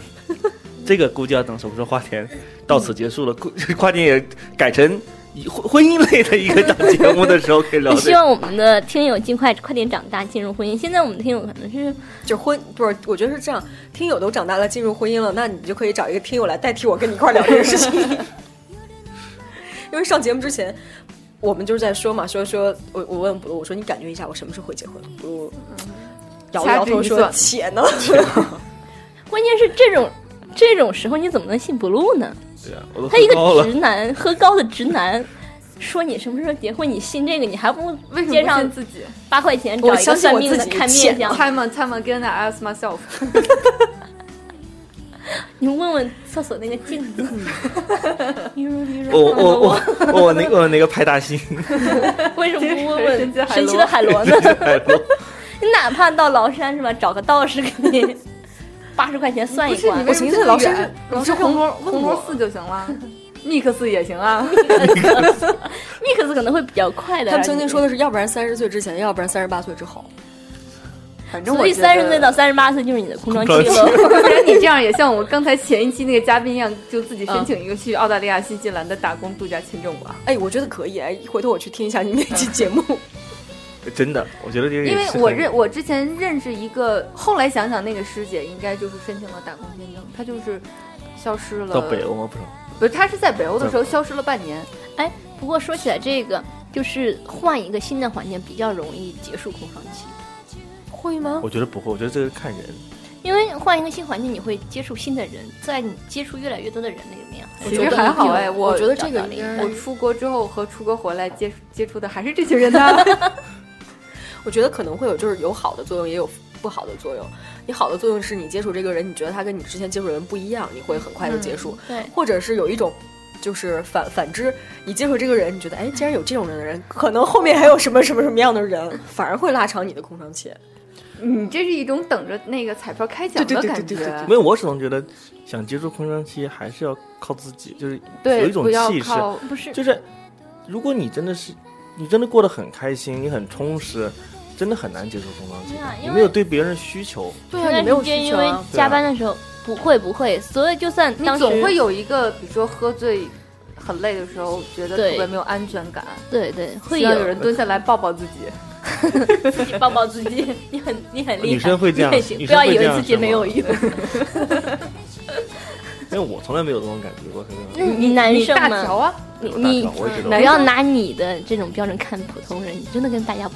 S5: 这个估计要等什么时候花田到此结束了，估 花田也改成以婚婚姻类的一个档节目的时候可以聊这
S3: 希
S5: 个。
S3: 望我们的听友尽快快点长大，进入婚姻。现在我们的听友可能是
S2: 就婚不是，我觉得是这样，听友都长大了，进入婚姻了，那你就可以找一个听友来代替我跟你一块儿聊这个事情。 因为上节目之前，我们就是在说嘛，说说我我问布鲁，我说你感觉一下，我什么时候会结婚？布鲁摇了摇头
S4: 掐指一
S2: 说
S4: 算
S2: 且呢，
S3: 关键是这种这种时候你怎么能信不录呢？
S5: 对啊，我都
S3: 他一
S5: 喝高
S3: 个
S5: 了
S3: 直，男，喝高的直男，说你什么时候结婚？你信这个？你还不如
S4: 为什
S3: 街
S4: 么不
S3: 上
S4: 信自己
S3: 八块钱
S2: 我
S3: 找一
S2: 相
S3: 个
S2: 信
S3: 算
S2: 我
S3: 命
S2: 自
S3: 的
S2: 己
S3: 看
S2: 浅
S3: 面相？
S4: ？Time and time again, I ask myself，
S3: 你问问厕所那个镜子。 你说你 说
S5: 我我我我我那个我那个派大星，
S3: 为什么不问问
S4: 神奇海螺
S3: 神奇的海螺呢？
S5: 哎我
S3: 你哪怕到崂山是吧？找个道士给你 八十块钱算
S4: 不
S3: 一
S4: 是你
S3: 卦
S4: 为。什么这么
S2: 我寻思老
S4: 远？你
S2: 师
S4: 是
S2: 老师
S4: 红魔
S2: 问我
S4: 红魔寺就行 了，mix 也行 啊。
S3: 密克斯可能会比较快的。啊
S2: 他们曾经说的是，要不然三十岁之前，要不然三十八岁之后。
S4: 反正我
S3: 所以
S4: 觉
S3: 三十
S4: 得
S3: 岁到三十八岁就是你的空窗
S5: 空
S3: 期
S5: 窗
S3: 了。
S4: 不然你这样也像我刚才前一期那个嘉宾一样，就自己申请一个去澳大利亚、新西兰的打工度假签证吧。
S2: 哎，我觉得可以哎，回头我去听一下你们那期节目。
S5: 真的，我觉得这个也
S4: 因为
S5: 是
S4: 我
S5: 很
S4: 认我之前认识一个，后来想想那个师姐应该就是申请了打工签证，她就是消失了。
S5: 到北欧吗？不是，
S4: 不是，她是在北欧的时候消失了半年。
S3: 哎，不过说起来这个，就是换一个新的环境比较容易结束空窗期，
S4: 会吗？
S5: 我觉得不会，我觉得这个看人。
S3: 因为换一个新环境，你会接触新的人，在你接触越来越多的人里面，
S2: 我
S4: 其
S2: 觉
S4: 实
S2: 得
S4: 还好哎，
S2: 有
S4: 我
S2: 我觉得这个
S3: 找
S2: 应
S3: 到另
S2: 该
S3: 一
S4: 我
S3: 半
S4: 出国之后和出国回来接接触的还是这些人呢。
S2: 我觉得可能会有，就是有好的作用，也有不好的作用。你好的作用是你接触这个人，你觉得他跟你之前接触的人不一样，你会很快的结束；
S3: 对，
S2: 或者是有一种，就是反反之，你接触这个人，你觉得哎，既然有这种人的人，可能后面还有什么什么什么样的人，反而会拉长你的空窗期。
S4: 你这是一种等着那个彩票开奖的
S2: 对对
S4: 感
S2: 对对对
S4: 觉
S5: 因，为我始终觉得，想接触空窗期还是要靠自己，就是有
S4: 对，
S5: 一种
S4: 不要
S5: 气势，
S4: 靠
S3: 不是
S5: 就是如果你真的是，你真的过得很开心，你很充实，真的很难接受空窗期
S3: 对啊
S5: 的，
S3: 因
S5: 你
S3: 为
S5: 没有对别人需求。
S2: 对
S3: 前
S2: 啊，
S3: 段
S2: 你没有
S3: 时间
S2: 需
S3: 因
S2: 求
S3: 为
S2: 啊。
S3: 加班的时候不会不会，所以就算
S4: 你
S3: 当时
S4: 总会有一个，比如说喝醉很累的时候，觉得
S3: 对
S4: 特别没有安全感，
S3: 对对会
S4: 需要有
S3: 有
S4: 人蹲下来抱抱自己。
S3: 自己抱抱自己，你很你很厉害，
S5: 女生会这样
S3: 你很行
S5: 女
S3: 不
S5: 生
S3: 要
S5: 会
S3: 以
S5: 这
S3: 为
S5: 样
S3: 自己
S5: 是
S3: 没有
S5: 吗
S3: 用。
S5: 因为我从来没有这种感觉过，
S3: 那
S5: 真的。
S3: 你男
S4: 你
S3: 生
S4: 大条
S3: 嘛，
S4: 啊，
S3: 你
S5: 我大
S3: 你
S5: 条我也知道
S3: 不要拿你的这种标准看普通人，你真的跟大家不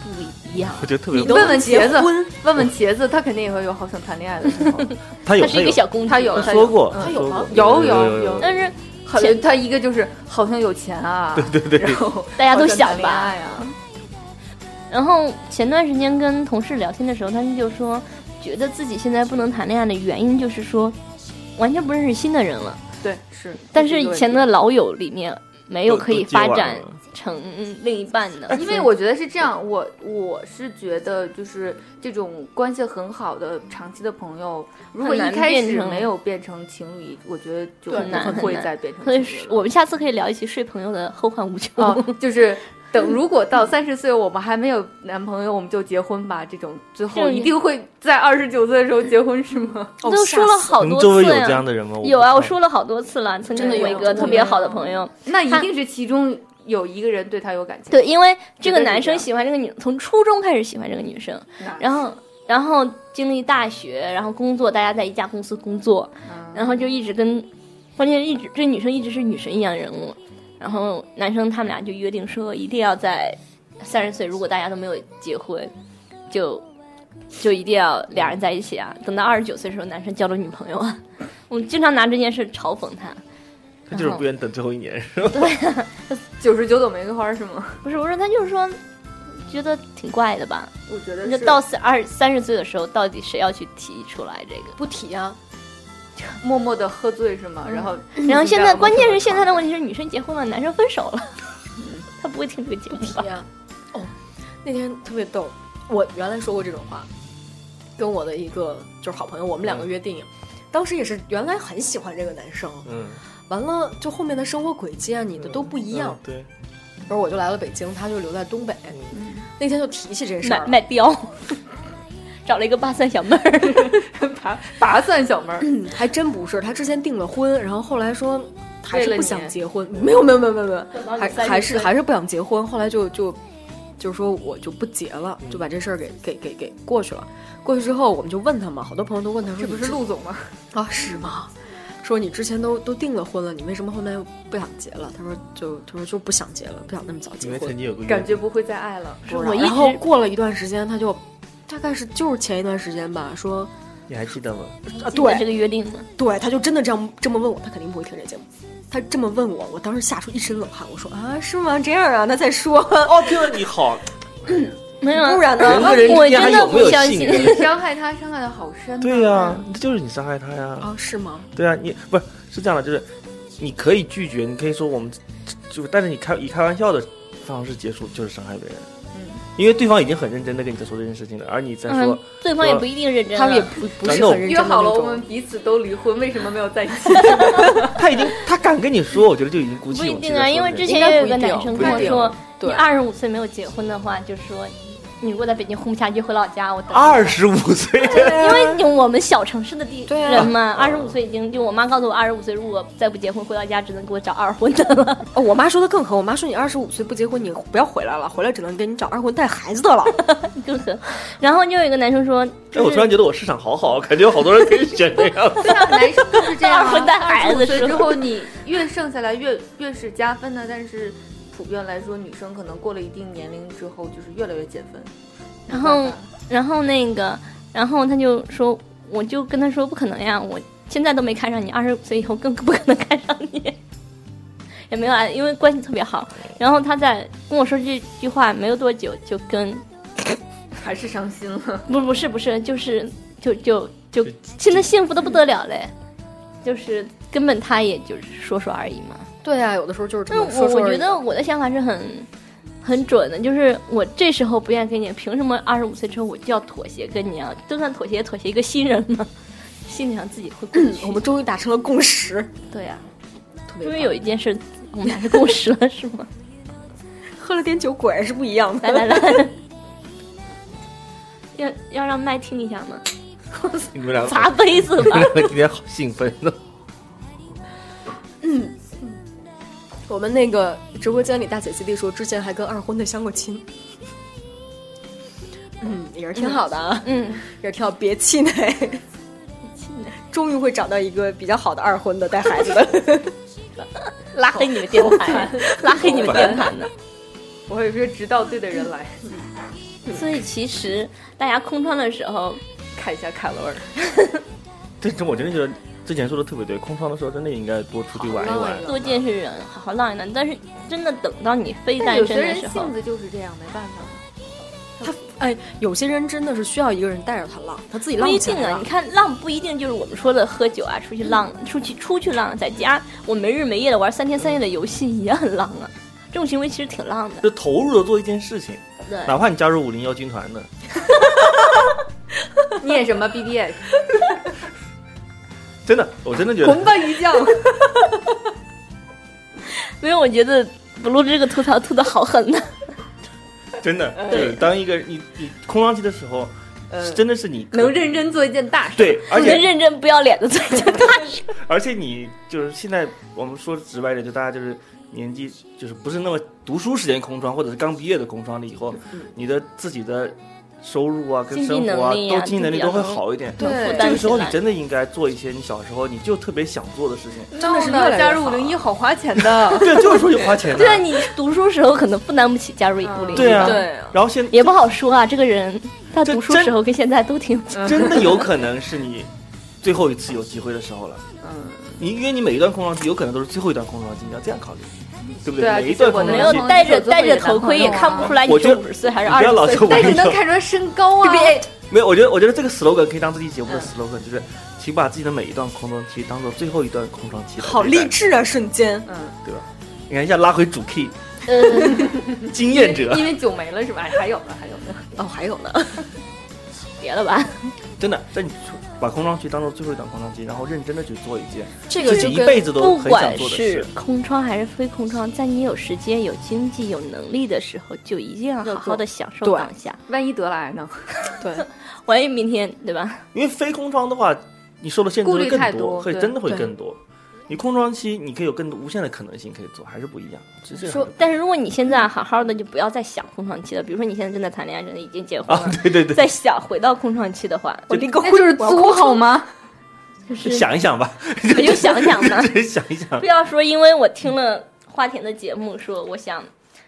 S3: 一样。
S5: 我觉得特别
S2: 你都
S4: 问问茄子
S2: 结婚，
S4: 问问茄子，他肯定也会有好想谈恋 爱的时候。
S5: 他有
S3: 她是一个小公主，
S4: 他有
S5: 他有说过，
S4: 他
S5: 他
S2: 有
S5: 说
S2: 吗
S5: 过
S4: 有
S5: 有
S4: 有有
S3: 但是
S4: 好
S3: 前
S4: 他一个就是好像有钱啊， 对对对，然后
S3: 大家都
S4: 好想
S3: 想
S4: 谈恋
S3: 吧。
S4: 爱啊，
S3: 然后前段时间跟同事聊天的时候，他们就说，觉得自己现在不能谈恋爱的原因就是说，完全不认识新的人了。
S4: 对是。
S3: 但是以前的老友里面没有可以发展成另一半 呢？
S4: 因为我觉得是这样，我我是觉得就是这种关系很好的长期的朋友，如果一
S3: 很难
S4: 开
S3: 变
S4: 始
S3: 成
S4: 没有变成情侣，我觉得就
S3: 很难
S4: 不会
S3: 很难
S4: 再变成
S3: 所以
S4: 情侣了。
S3: 我们下次可以聊一期睡朋友的后患无穷。
S4: 啊， 就是等如果到三十岁我们还没有男朋友，我们就结婚吧。这种最后
S3: 就是
S4: 一定会在二十九岁的时候结婚是吗？
S2: 哦
S3: 都说了好
S5: 你们
S3: 多
S5: 周围
S3: 次
S5: 有
S3: 呀、
S5: 这样的人吗？
S3: 有啊，我说
S5: 了，
S3: 了好多次了，曾
S2: 真
S3: 经
S2: 的
S3: 有一
S2: 有
S3: 个
S2: 真的
S3: 特别
S2: 有
S3: 好的朋友，
S4: 那一
S3: 他
S4: 定是其中有一个人对他有感情。
S3: 对，因为这个
S4: 对对
S3: 男
S4: 这
S3: 生
S4: 样嗯
S3: 喜欢这个女，从初中开始喜欢这个女生，
S4: 那，
S3: 然后然后经历大学，然后工作，大家在一家公司工作，
S4: 嗯
S3: 然后就一直跟，关键是一直这女生一直是女神一样人物，然后男生他们俩就约定说一定要在三十岁，如果大家都没有结婚，就就一定要俩人在一起啊。等到二十九岁的时候，男生交了女朋友啊， 我们经常拿这件事嘲讽他。
S5: 他就是不愿意等最后一年，是吧？
S4: 九十九朵玫瑰花是吗？
S3: 不是，我说他就是说，觉得挺怪的吧？
S4: 我觉得
S3: 你就到四二三十岁的时候，到底谁要去提出来这个？
S2: 不提啊，
S4: 默默的喝醉是吗？然后
S3: 嗯
S2: 嗯
S3: 然后现在关键是现
S4: 啊
S3: 在的问题是，女生结婚了，男生分手 了，他不会听这个节目吧
S2: 提？啊。 哦，那天特别逗，我原来说过这种话，跟我的一个就是好朋友，我们两
S5: 嗯
S2: 个约定，当时也是原来很喜欢这个男生，
S5: 嗯，
S2: 完了就后面的生活轨迹啊，你的都不一样
S5: 嗯。。嗯对，
S2: 然后我就来了北京，他就留在东北。那天就提起这事
S3: 买
S2: 儿了，
S3: 卖貂， 找了一个八三小妹 儿，
S4: 拔拔算小妹儿，
S2: 还真不是。他之前订了婚，然后后来说还
S4: 为
S2: 是
S4: 了你
S2: 不想结婚，没有没有没有没有没有，
S3: 等到你
S2: 还
S3: 30
S2: 还是
S3: 岁
S2: 还是不想结婚。后来就就就说我就不结了，就把这事儿给给给给过去了。过去之后，我们就问他嘛，好多朋友都问他说
S4: 这
S2: 你
S4: 不是
S2: 之
S4: 陆总吗？
S2: 啊是吗？说你之前都都订了婚了，你为什么后面又不想结了？他说就他说就不想结了，不想那么早结
S5: 因为
S2: 婚
S5: 曾。经有个
S4: 感觉不会再爱了。
S2: 不知道
S3: 我一
S2: 然后
S3: 直
S2: 过了一段时间，他就大概是就是前一段时间吧，说
S5: 你还记得吗？
S2: 啊，
S3: 记得
S2: 对
S3: 这个约定吗？
S2: 对，他就真的这样这么问我，他肯定不会听这节目。他这么问我，我当时吓出一身冷汗。我说啊，是吗？这样啊？那再说，
S5: 哦，听了你好，
S3: 没有啊，
S2: 不然 呢
S5: 人跟人
S3: 我
S5: 之间
S3: 真
S5: 还
S3: 的
S5: 有没
S3: 不
S5: 有
S3: 相
S5: 信
S3: 信。
S5: 任？
S4: 你伤害他，伤害的好深、
S5: 对呀、这就是你伤害他呀。
S2: 啊，是吗？
S5: 对啊，你不是是这样的，就是你可以拒绝，你可以说我们就是，但是你开以开玩笑的方式结束，就是伤害别人。
S4: 嗯，
S5: 因为对方已经很认真的跟你在说这件事情了，而你在说、
S3: 嗯，对方也不一定认真啊。
S2: 他也不不
S5: 咱
S2: 是
S5: 都
S2: 很认真
S4: 约
S2: 的
S4: 好了，
S2: 那
S4: 我
S2: 种
S4: 们彼此都离婚，为什么没有在一 起？
S5: 他已经他敢跟你说，我觉得就已经鼓
S3: 不
S5: 起
S3: 一
S5: 勇气
S3: 定
S5: 在
S3: 啊，
S5: 说
S3: 因为
S5: 这
S3: 之
S5: 件
S3: 前
S2: 应该
S3: 也
S2: 不一定
S3: 有一个男生
S2: 不
S3: 跟
S2: 一
S3: 我
S2: 定
S3: 说，你
S2: 对
S3: 二十五岁没有结婚的话，就说你如果在北京混不下去，回老家我等你。
S5: 二十五岁，
S3: 因为有我们小城市的地
S2: 对啊
S3: 人嘛，二十五岁已经就我妈告诉我，二十五岁如果再不结婚，回到家只能给我找二婚的了。
S2: 哦，我妈说的更狠，我妈说你二十五岁不结婚，你不要回来了，回来只能给你找二婚带孩子的了。
S3: 更狠。然后就有一个男生说，
S5: 哎，我突然觉得我市场好好，感觉有好多人可以选这样。
S4: 对啊，男生就是这样、啊。
S3: 二婚带孩子
S4: 所以
S3: 是吧
S4: 之后你 越剩下来越越是加分的，但是普遍来说，女生可能过了一定年龄之后，就是越来越减分。
S3: 然后然后那个，然后他就说，我就跟他说不可能呀，我现在都没看上你，二十五岁以后更不可能看上你。 也没有啊，因为关系特别好。然后他在跟我说这句话没有多久，就跟
S4: 还是伤心了。
S3: 不不是不是，就是就就就现在幸福的不得了嘞，就是根本他也就是说说而已嘛。
S2: 对啊，有的时候就是这
S3: 但
S2: 么
S3: 我
S2: 说说
S3: 我
S2: 而
S3: 觉
S2: 已
S3: 得我的想法是很很准的，就是我这时候不愿意跟你，凭什么二十五岁之后我就要妥协跟你啊？就算妥协，也妥协一个新人嘛，心里上自己会过 不去。
S2: 我们终于达成了共识，
S3: 对啊，
S2: 特别
S3: 因为
S2: 棒
S3: 有一件事我们俩是共识了，是吗？
S2: 喝了点酒果然是不一样的。
S3: 来来来，要要让麦听一下吗？
S5: 你们俩，
S3: 砸杯子
S5: 你
S3: 吧
S5: 们。俩今天好兴奋呢。
S2: 我们那个直播间里大姐姐弟说，之前还跟二婚的相过亲，嗯，也是挺好的啊，
S3: 嗯，
S2: 也是挺好，别气馁，终于会找到一个比较好的二婚的带孩子 的。
S3: 拉黑你们电台，拉黑你们电台呢。
S4: 我也是直到对的人来，
S3: 所以其实大家空窗的时候，
S4: 看一下卡罗尔。
S5: 对，这我真的觉得之前说的特别对，空窗的时候真的应该多出去玩一玩。
S3: 多见识人，好好浪一浪。但是真的等到你非
S4: 但
S3: 单
S4: 有
S3: 身
S4: 些
S3: 的
S4: 人
S3: 时候
S4: 性，子就是这样，没办法。
S2: 他哎，有些人真的是需要一个人带着他浪，他自己
S3: 不
S2: 浪
S3: 一
S2: 不起
S3: 定
S2: 来
S3: 啊。
S2: 了
S3: 你。看浪不一定就是我们说的喝酒啊，出去浪，出去出去浪，在家我没日没夜的玩三天三夜的游戏也很浪啊。这种行为其实挺浪的，
S5: 就投入的做一件事情，
S3: 对，
S5: 哪怕你加入五零幺军团的，
S4: 念什么 BBS，
S5: 真的，我真的觉
S4: 红
S5: 得
S4: 吧一将，
S3: 没有，我觉得 blue 这个吐槽吐的好狠啊呐、
S5: 真
S3: 嗯
S5: 的，就是当一个你你空窗期的时候，是真的是你可
S4: 能认真做一件大事。
S5: 对，而
S3: 你们
S5: 且
S3: 认真不要脸的做一件大事。
S5: 而且你就是现在我们说直白点，就大家就是年纪就是不是那么读书时间空窗，或者是刚毕业的空窗了以后，你的自己的收入啊跟
S3: 嗯经济
S5: 生活啊
S3: 能力啊
S5: 都经济能力都会好一点。
S4: 对
S3: 负
S5: 这
S3: 担
S5: 个时候你
S3: 起来
S5: 真的应该做一些你小时候你就特别想做的事情。
S4: 真的
S2: 是越来
S4: 呢，
S2: 越
S4: 加入五
S2: 好
S4: 零一好花钱的，
S5: 对，就是说有花钱的
S3: 对。啊，你读书时候可能负担不起加入五零一，
S5: 对啊，
S2: 对啊
S5: 然后现
S3: 也不好说啊。这个人他
S5: 这
S3: 读书
S5: 真
S3: 时候跟现在都挺有钱，
S5: 真的有可能是你最后一次有机会的时候了。
S3: 嗯
S5: 你因为你每一段空窗期有可能都是最后一段空窗期，你要这样考虑，对不
S4: 对啊
S5: 每一段
S4: 就
S5: 空
S4: 是我
S3: 没
S4: 们
S3: 有
S5: 窗期，
S3: 戴着戴着头盔也
S4: 男朋友啊
S3: 看不出来你
S5: 嗯我觉
S3: 是
S5: 得
S3: 五十岁还是
S5: 你不
S3: 二
S5: 要老
S3: 十
S5: 说
S3: 岁。
S4: 但是
S5: 我
S4: 能看出来身高 啊。
S3: BBA
S5: 没有，我觉得我觉得这个 slogan 可以当自己节目的 slogan，、就是请把自己的每一段空窗期当做最后一段空窗期来对待。
S2: 好励志啊！瞬间，
S5: 对吧？你看一下拉回主 key，
S3: 嗯，
S5: 经验者
S4: 因为酒没了是吧？哎 还有呢，还有呢。
S2: 哦，还有呢，
S3: 别了吧，
S5: 真的，但你把空窗期当做最后一段空窗期，然后认真的去做一件
S2: 这个
S5: 自
S2: 就
S5: 己一
S2: 跟
S5: 辈子都
S3: 不
S5: 很想
S3: 管
S5: 做的
S3: 是
S5: 事。
S3: 空窗还是非空窗，在你有时间、有经济、有能力的时候，就一定要好好的享受
S2: 对
S3: 当下。
S4: 万一得了 癌呢？
S2: 对
S3: 万一明天对吧？
S5: 因为非空窗的话，你受的限制
S4: 顾
S5: 会
S4: 虑
S5: 更
S4: 太
S5: 多，
S4: 多
S5: 会
S4: 对
S5: 真的会
S2: 对
S5: 更多。你空窗期，你可以有更多无限的可能性可以做，还是不一样。其实这
S3: 说
S5: 样，
S3: 但是如果你现在好好的，就不要再想空窗期了。比如说你现在正在谈恋爱，真的已经结婚了
S5: 啊，，对对
S3: 再
S5: 对，
S3: 想回到空窗期的话，
S2: 我离个
S4: 那
S2: 婚
S4: 就是
S2: 我要哭
S4: 租好吗？
S3: 就是
S5: 想一想吧，
S3: 我就想想 嘛，
S5: 想一想
S3: 不。要说因为我听了花田的节目，说我想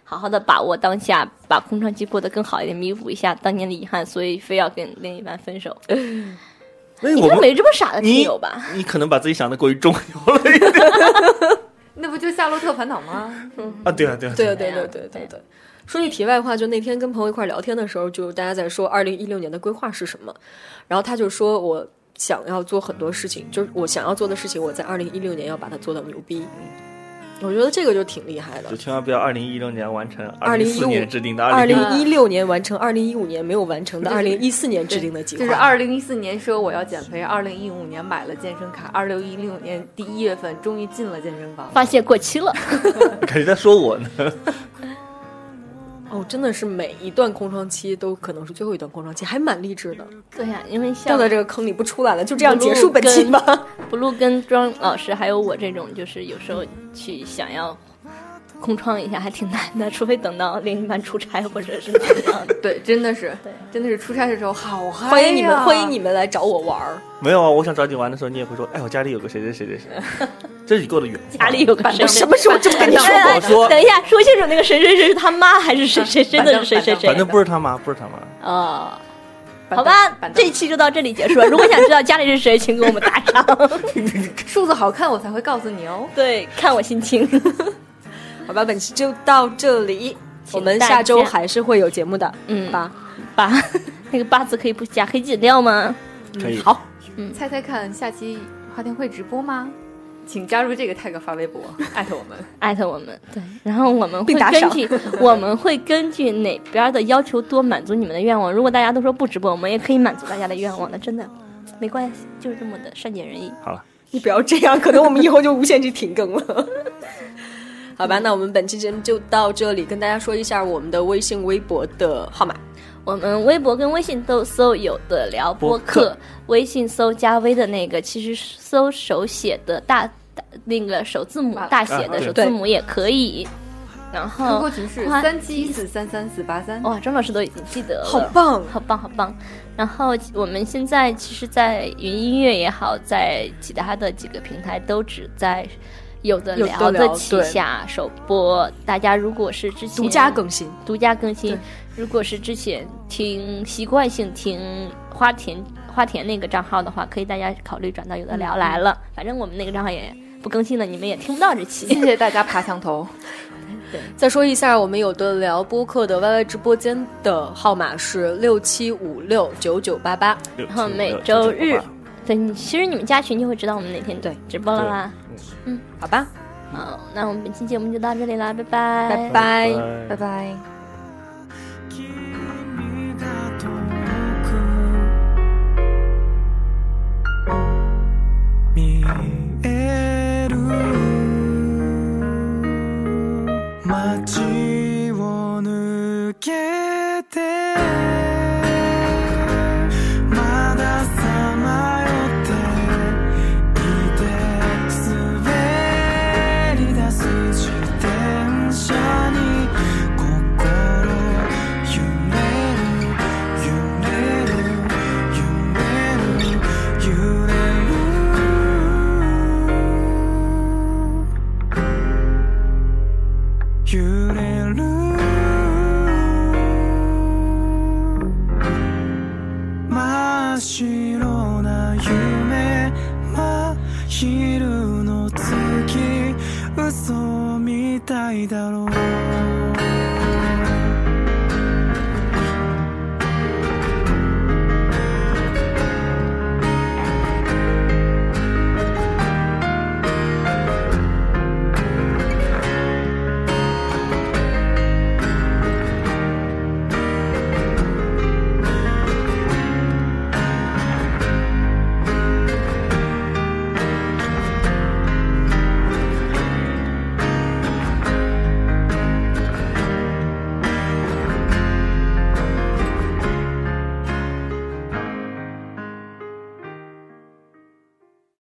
S3: 好好的把握当下，把空窗期过得更好一点，弥补一下当年的遗憾，所以非要跟另一半分手。
S5: 那
S3: 你
S5: 哎我
S3: 这
S5: 们
S3: 没这么傻的听
S5: 你
S3: 友吧？
S5: 你可能把自己想的过于重要了 一点
S4: 那不就《夏洛特烦恼》吗？
S5: 啊！对啊，对啊，
S2: 对对对
S3: 对对对
S2: 对
S3: 对
S2: 对对。说句题外话，就那天跟朋友一块儿聊天的时候，就大家在说二零一六年的规划是什么，然后他就说我想要做很多事情，就是我想要做的事情，我在二零一六年要把它做到牛逼。嗯我觉得这个就挺厉害的
S5: 就。千万不要二零一六年完成二零一四
S2: 2015
S5: 年制定的
S2: 二
S5: 二
S2: 零
S5: 零
S2: 一六年完成，二零一五年没有完成的，二零一四年制定的计划，
S4: 就是二零一四年说我要减肥，二零一五年买了健身卡，二零一六年第一月份终于进了健身房。。
S3: 发现过期了，
S5: 感觉在说我呢。
S2: 哦，真的是每一段空窗期都可能是最后一段空窗期，还蛮励志的，
S3: 对呀、因为
S2: 掉
S3: 像
S2: 在这个坑里不出来了，就这样结束本期吧。
S3: blue 跟庄老师还有我这种，就是有时候去想要空窗一下，还挺难的，除非等到另一半出差或者是怎么样的
S4: 对，真的是
S3: 对，
S4: 真的是出差的时候好嗨 呀！
S2: 欢迎你们，欢迎你们来找我玩儿。
S5: 没有啊，我想找你玩的时候，你也会说，哎，我家里有个谁谁谁 谁谁，这是你给我的缘分。
S3: 家里有个谁
S2: 我
S3: 谁
S2: 什么时候这么跟你说
S3: 哎
S5: 我说
S3: 等一下，说清楚那个谁谁谁是他妈还是谁谁谁的谁谁谁？
S5: 反正不是他妈，不是他妈。
S3: 啊、
S4: 板凳，
S3: 好吧
S4: 板，凳
S3: 这一期就到这里结束了。如果想知道家里是谁， 请给我们打赏。
S4: 数字好看，我才会告诉你哦。
S3: 对，看我心情。
S2: 好吧，本期就到这里，我
S3: 请
S2: 们
S3: 大
S2: 下周
S3: 家
S2: 还是会有节目的，
S3: 嗯
S2: 吧？
S3: 把那个八字可以不加黑剪掉吗？
S5: 可以，
S2: 好，
S4: 猜猜看，下期花田会直播吗？请加入这个 tag 发微博，艾特我们。
S3: 艾特我们，对，然后我们会
S2: 并打
S3: 根
S2: 赏
S3: 据我们会根据哪边的要求多满足你们的愿望。如果大家都说不直播，我们也可以满足大家的愿望的，真的没关系，就是这么的善解人意。
S5: 好了，
S2: 你不要这样，可能我们以后就无限期停更了。 好吧，那我们本期节目就到这里，跟大家说一下我们的微信、微博的号码。
S3: 我们微博跟微信都搜“有的聊播
S5: 播
S3: 客
S5: 客”，
S3: 微信搜加微的那个，其实是搜手写的大大那个首字母
S4: 完了
S3: 大写
S5: 啊
S3: 的首
S2: 对
S3: 字母也可以。然
S4: 通
S3: 后
S4: 过群是
S3: 花
S4: 三七四三三四八三。
S3: 哇，张老师都已经记得了，
S2: 好棒
S3: 好棒，好棒。然后我们现在其实，在云音乐也好，在其他的几个平台都只在。有的
S2: 有
S3: 聊
S2: 的
S3: 的
S2: 聊
S3: 旗
S2: 对
S3: 下首播，大家如果是之前
S2: 独家更新，
S3: 独家更新
S2: 对。
S3: 如果是之前听习惯性听花田花田那个账号的话，可以大家考虑转到有的聊来了。反正我们那个账号也不更新了，你们也听不到这
S4: 谢
S3: 期。
S4: 谢大家爬墙头。
S2: 再说一下，我们有的聊播客的 YY 直播间的号码是六七五六九九八八，
S5: 然
S3: 后每周日对，你其实你们加群就会知道我们哪天
S2: 对
S3: 直播了啦。
S2: 好吧？
S3: 好，那我们本期节目就到这里啦，拜拜，
S5: 嗯
S2: 拜拜。
S4: 拜拜。
S1: 君が遠く見える街を抜けてまださまよっていて滑り出す自転車に心揺れる揺れる揺れる揺れる揺れる真っ白な夢真昼の月嘘みたいだろう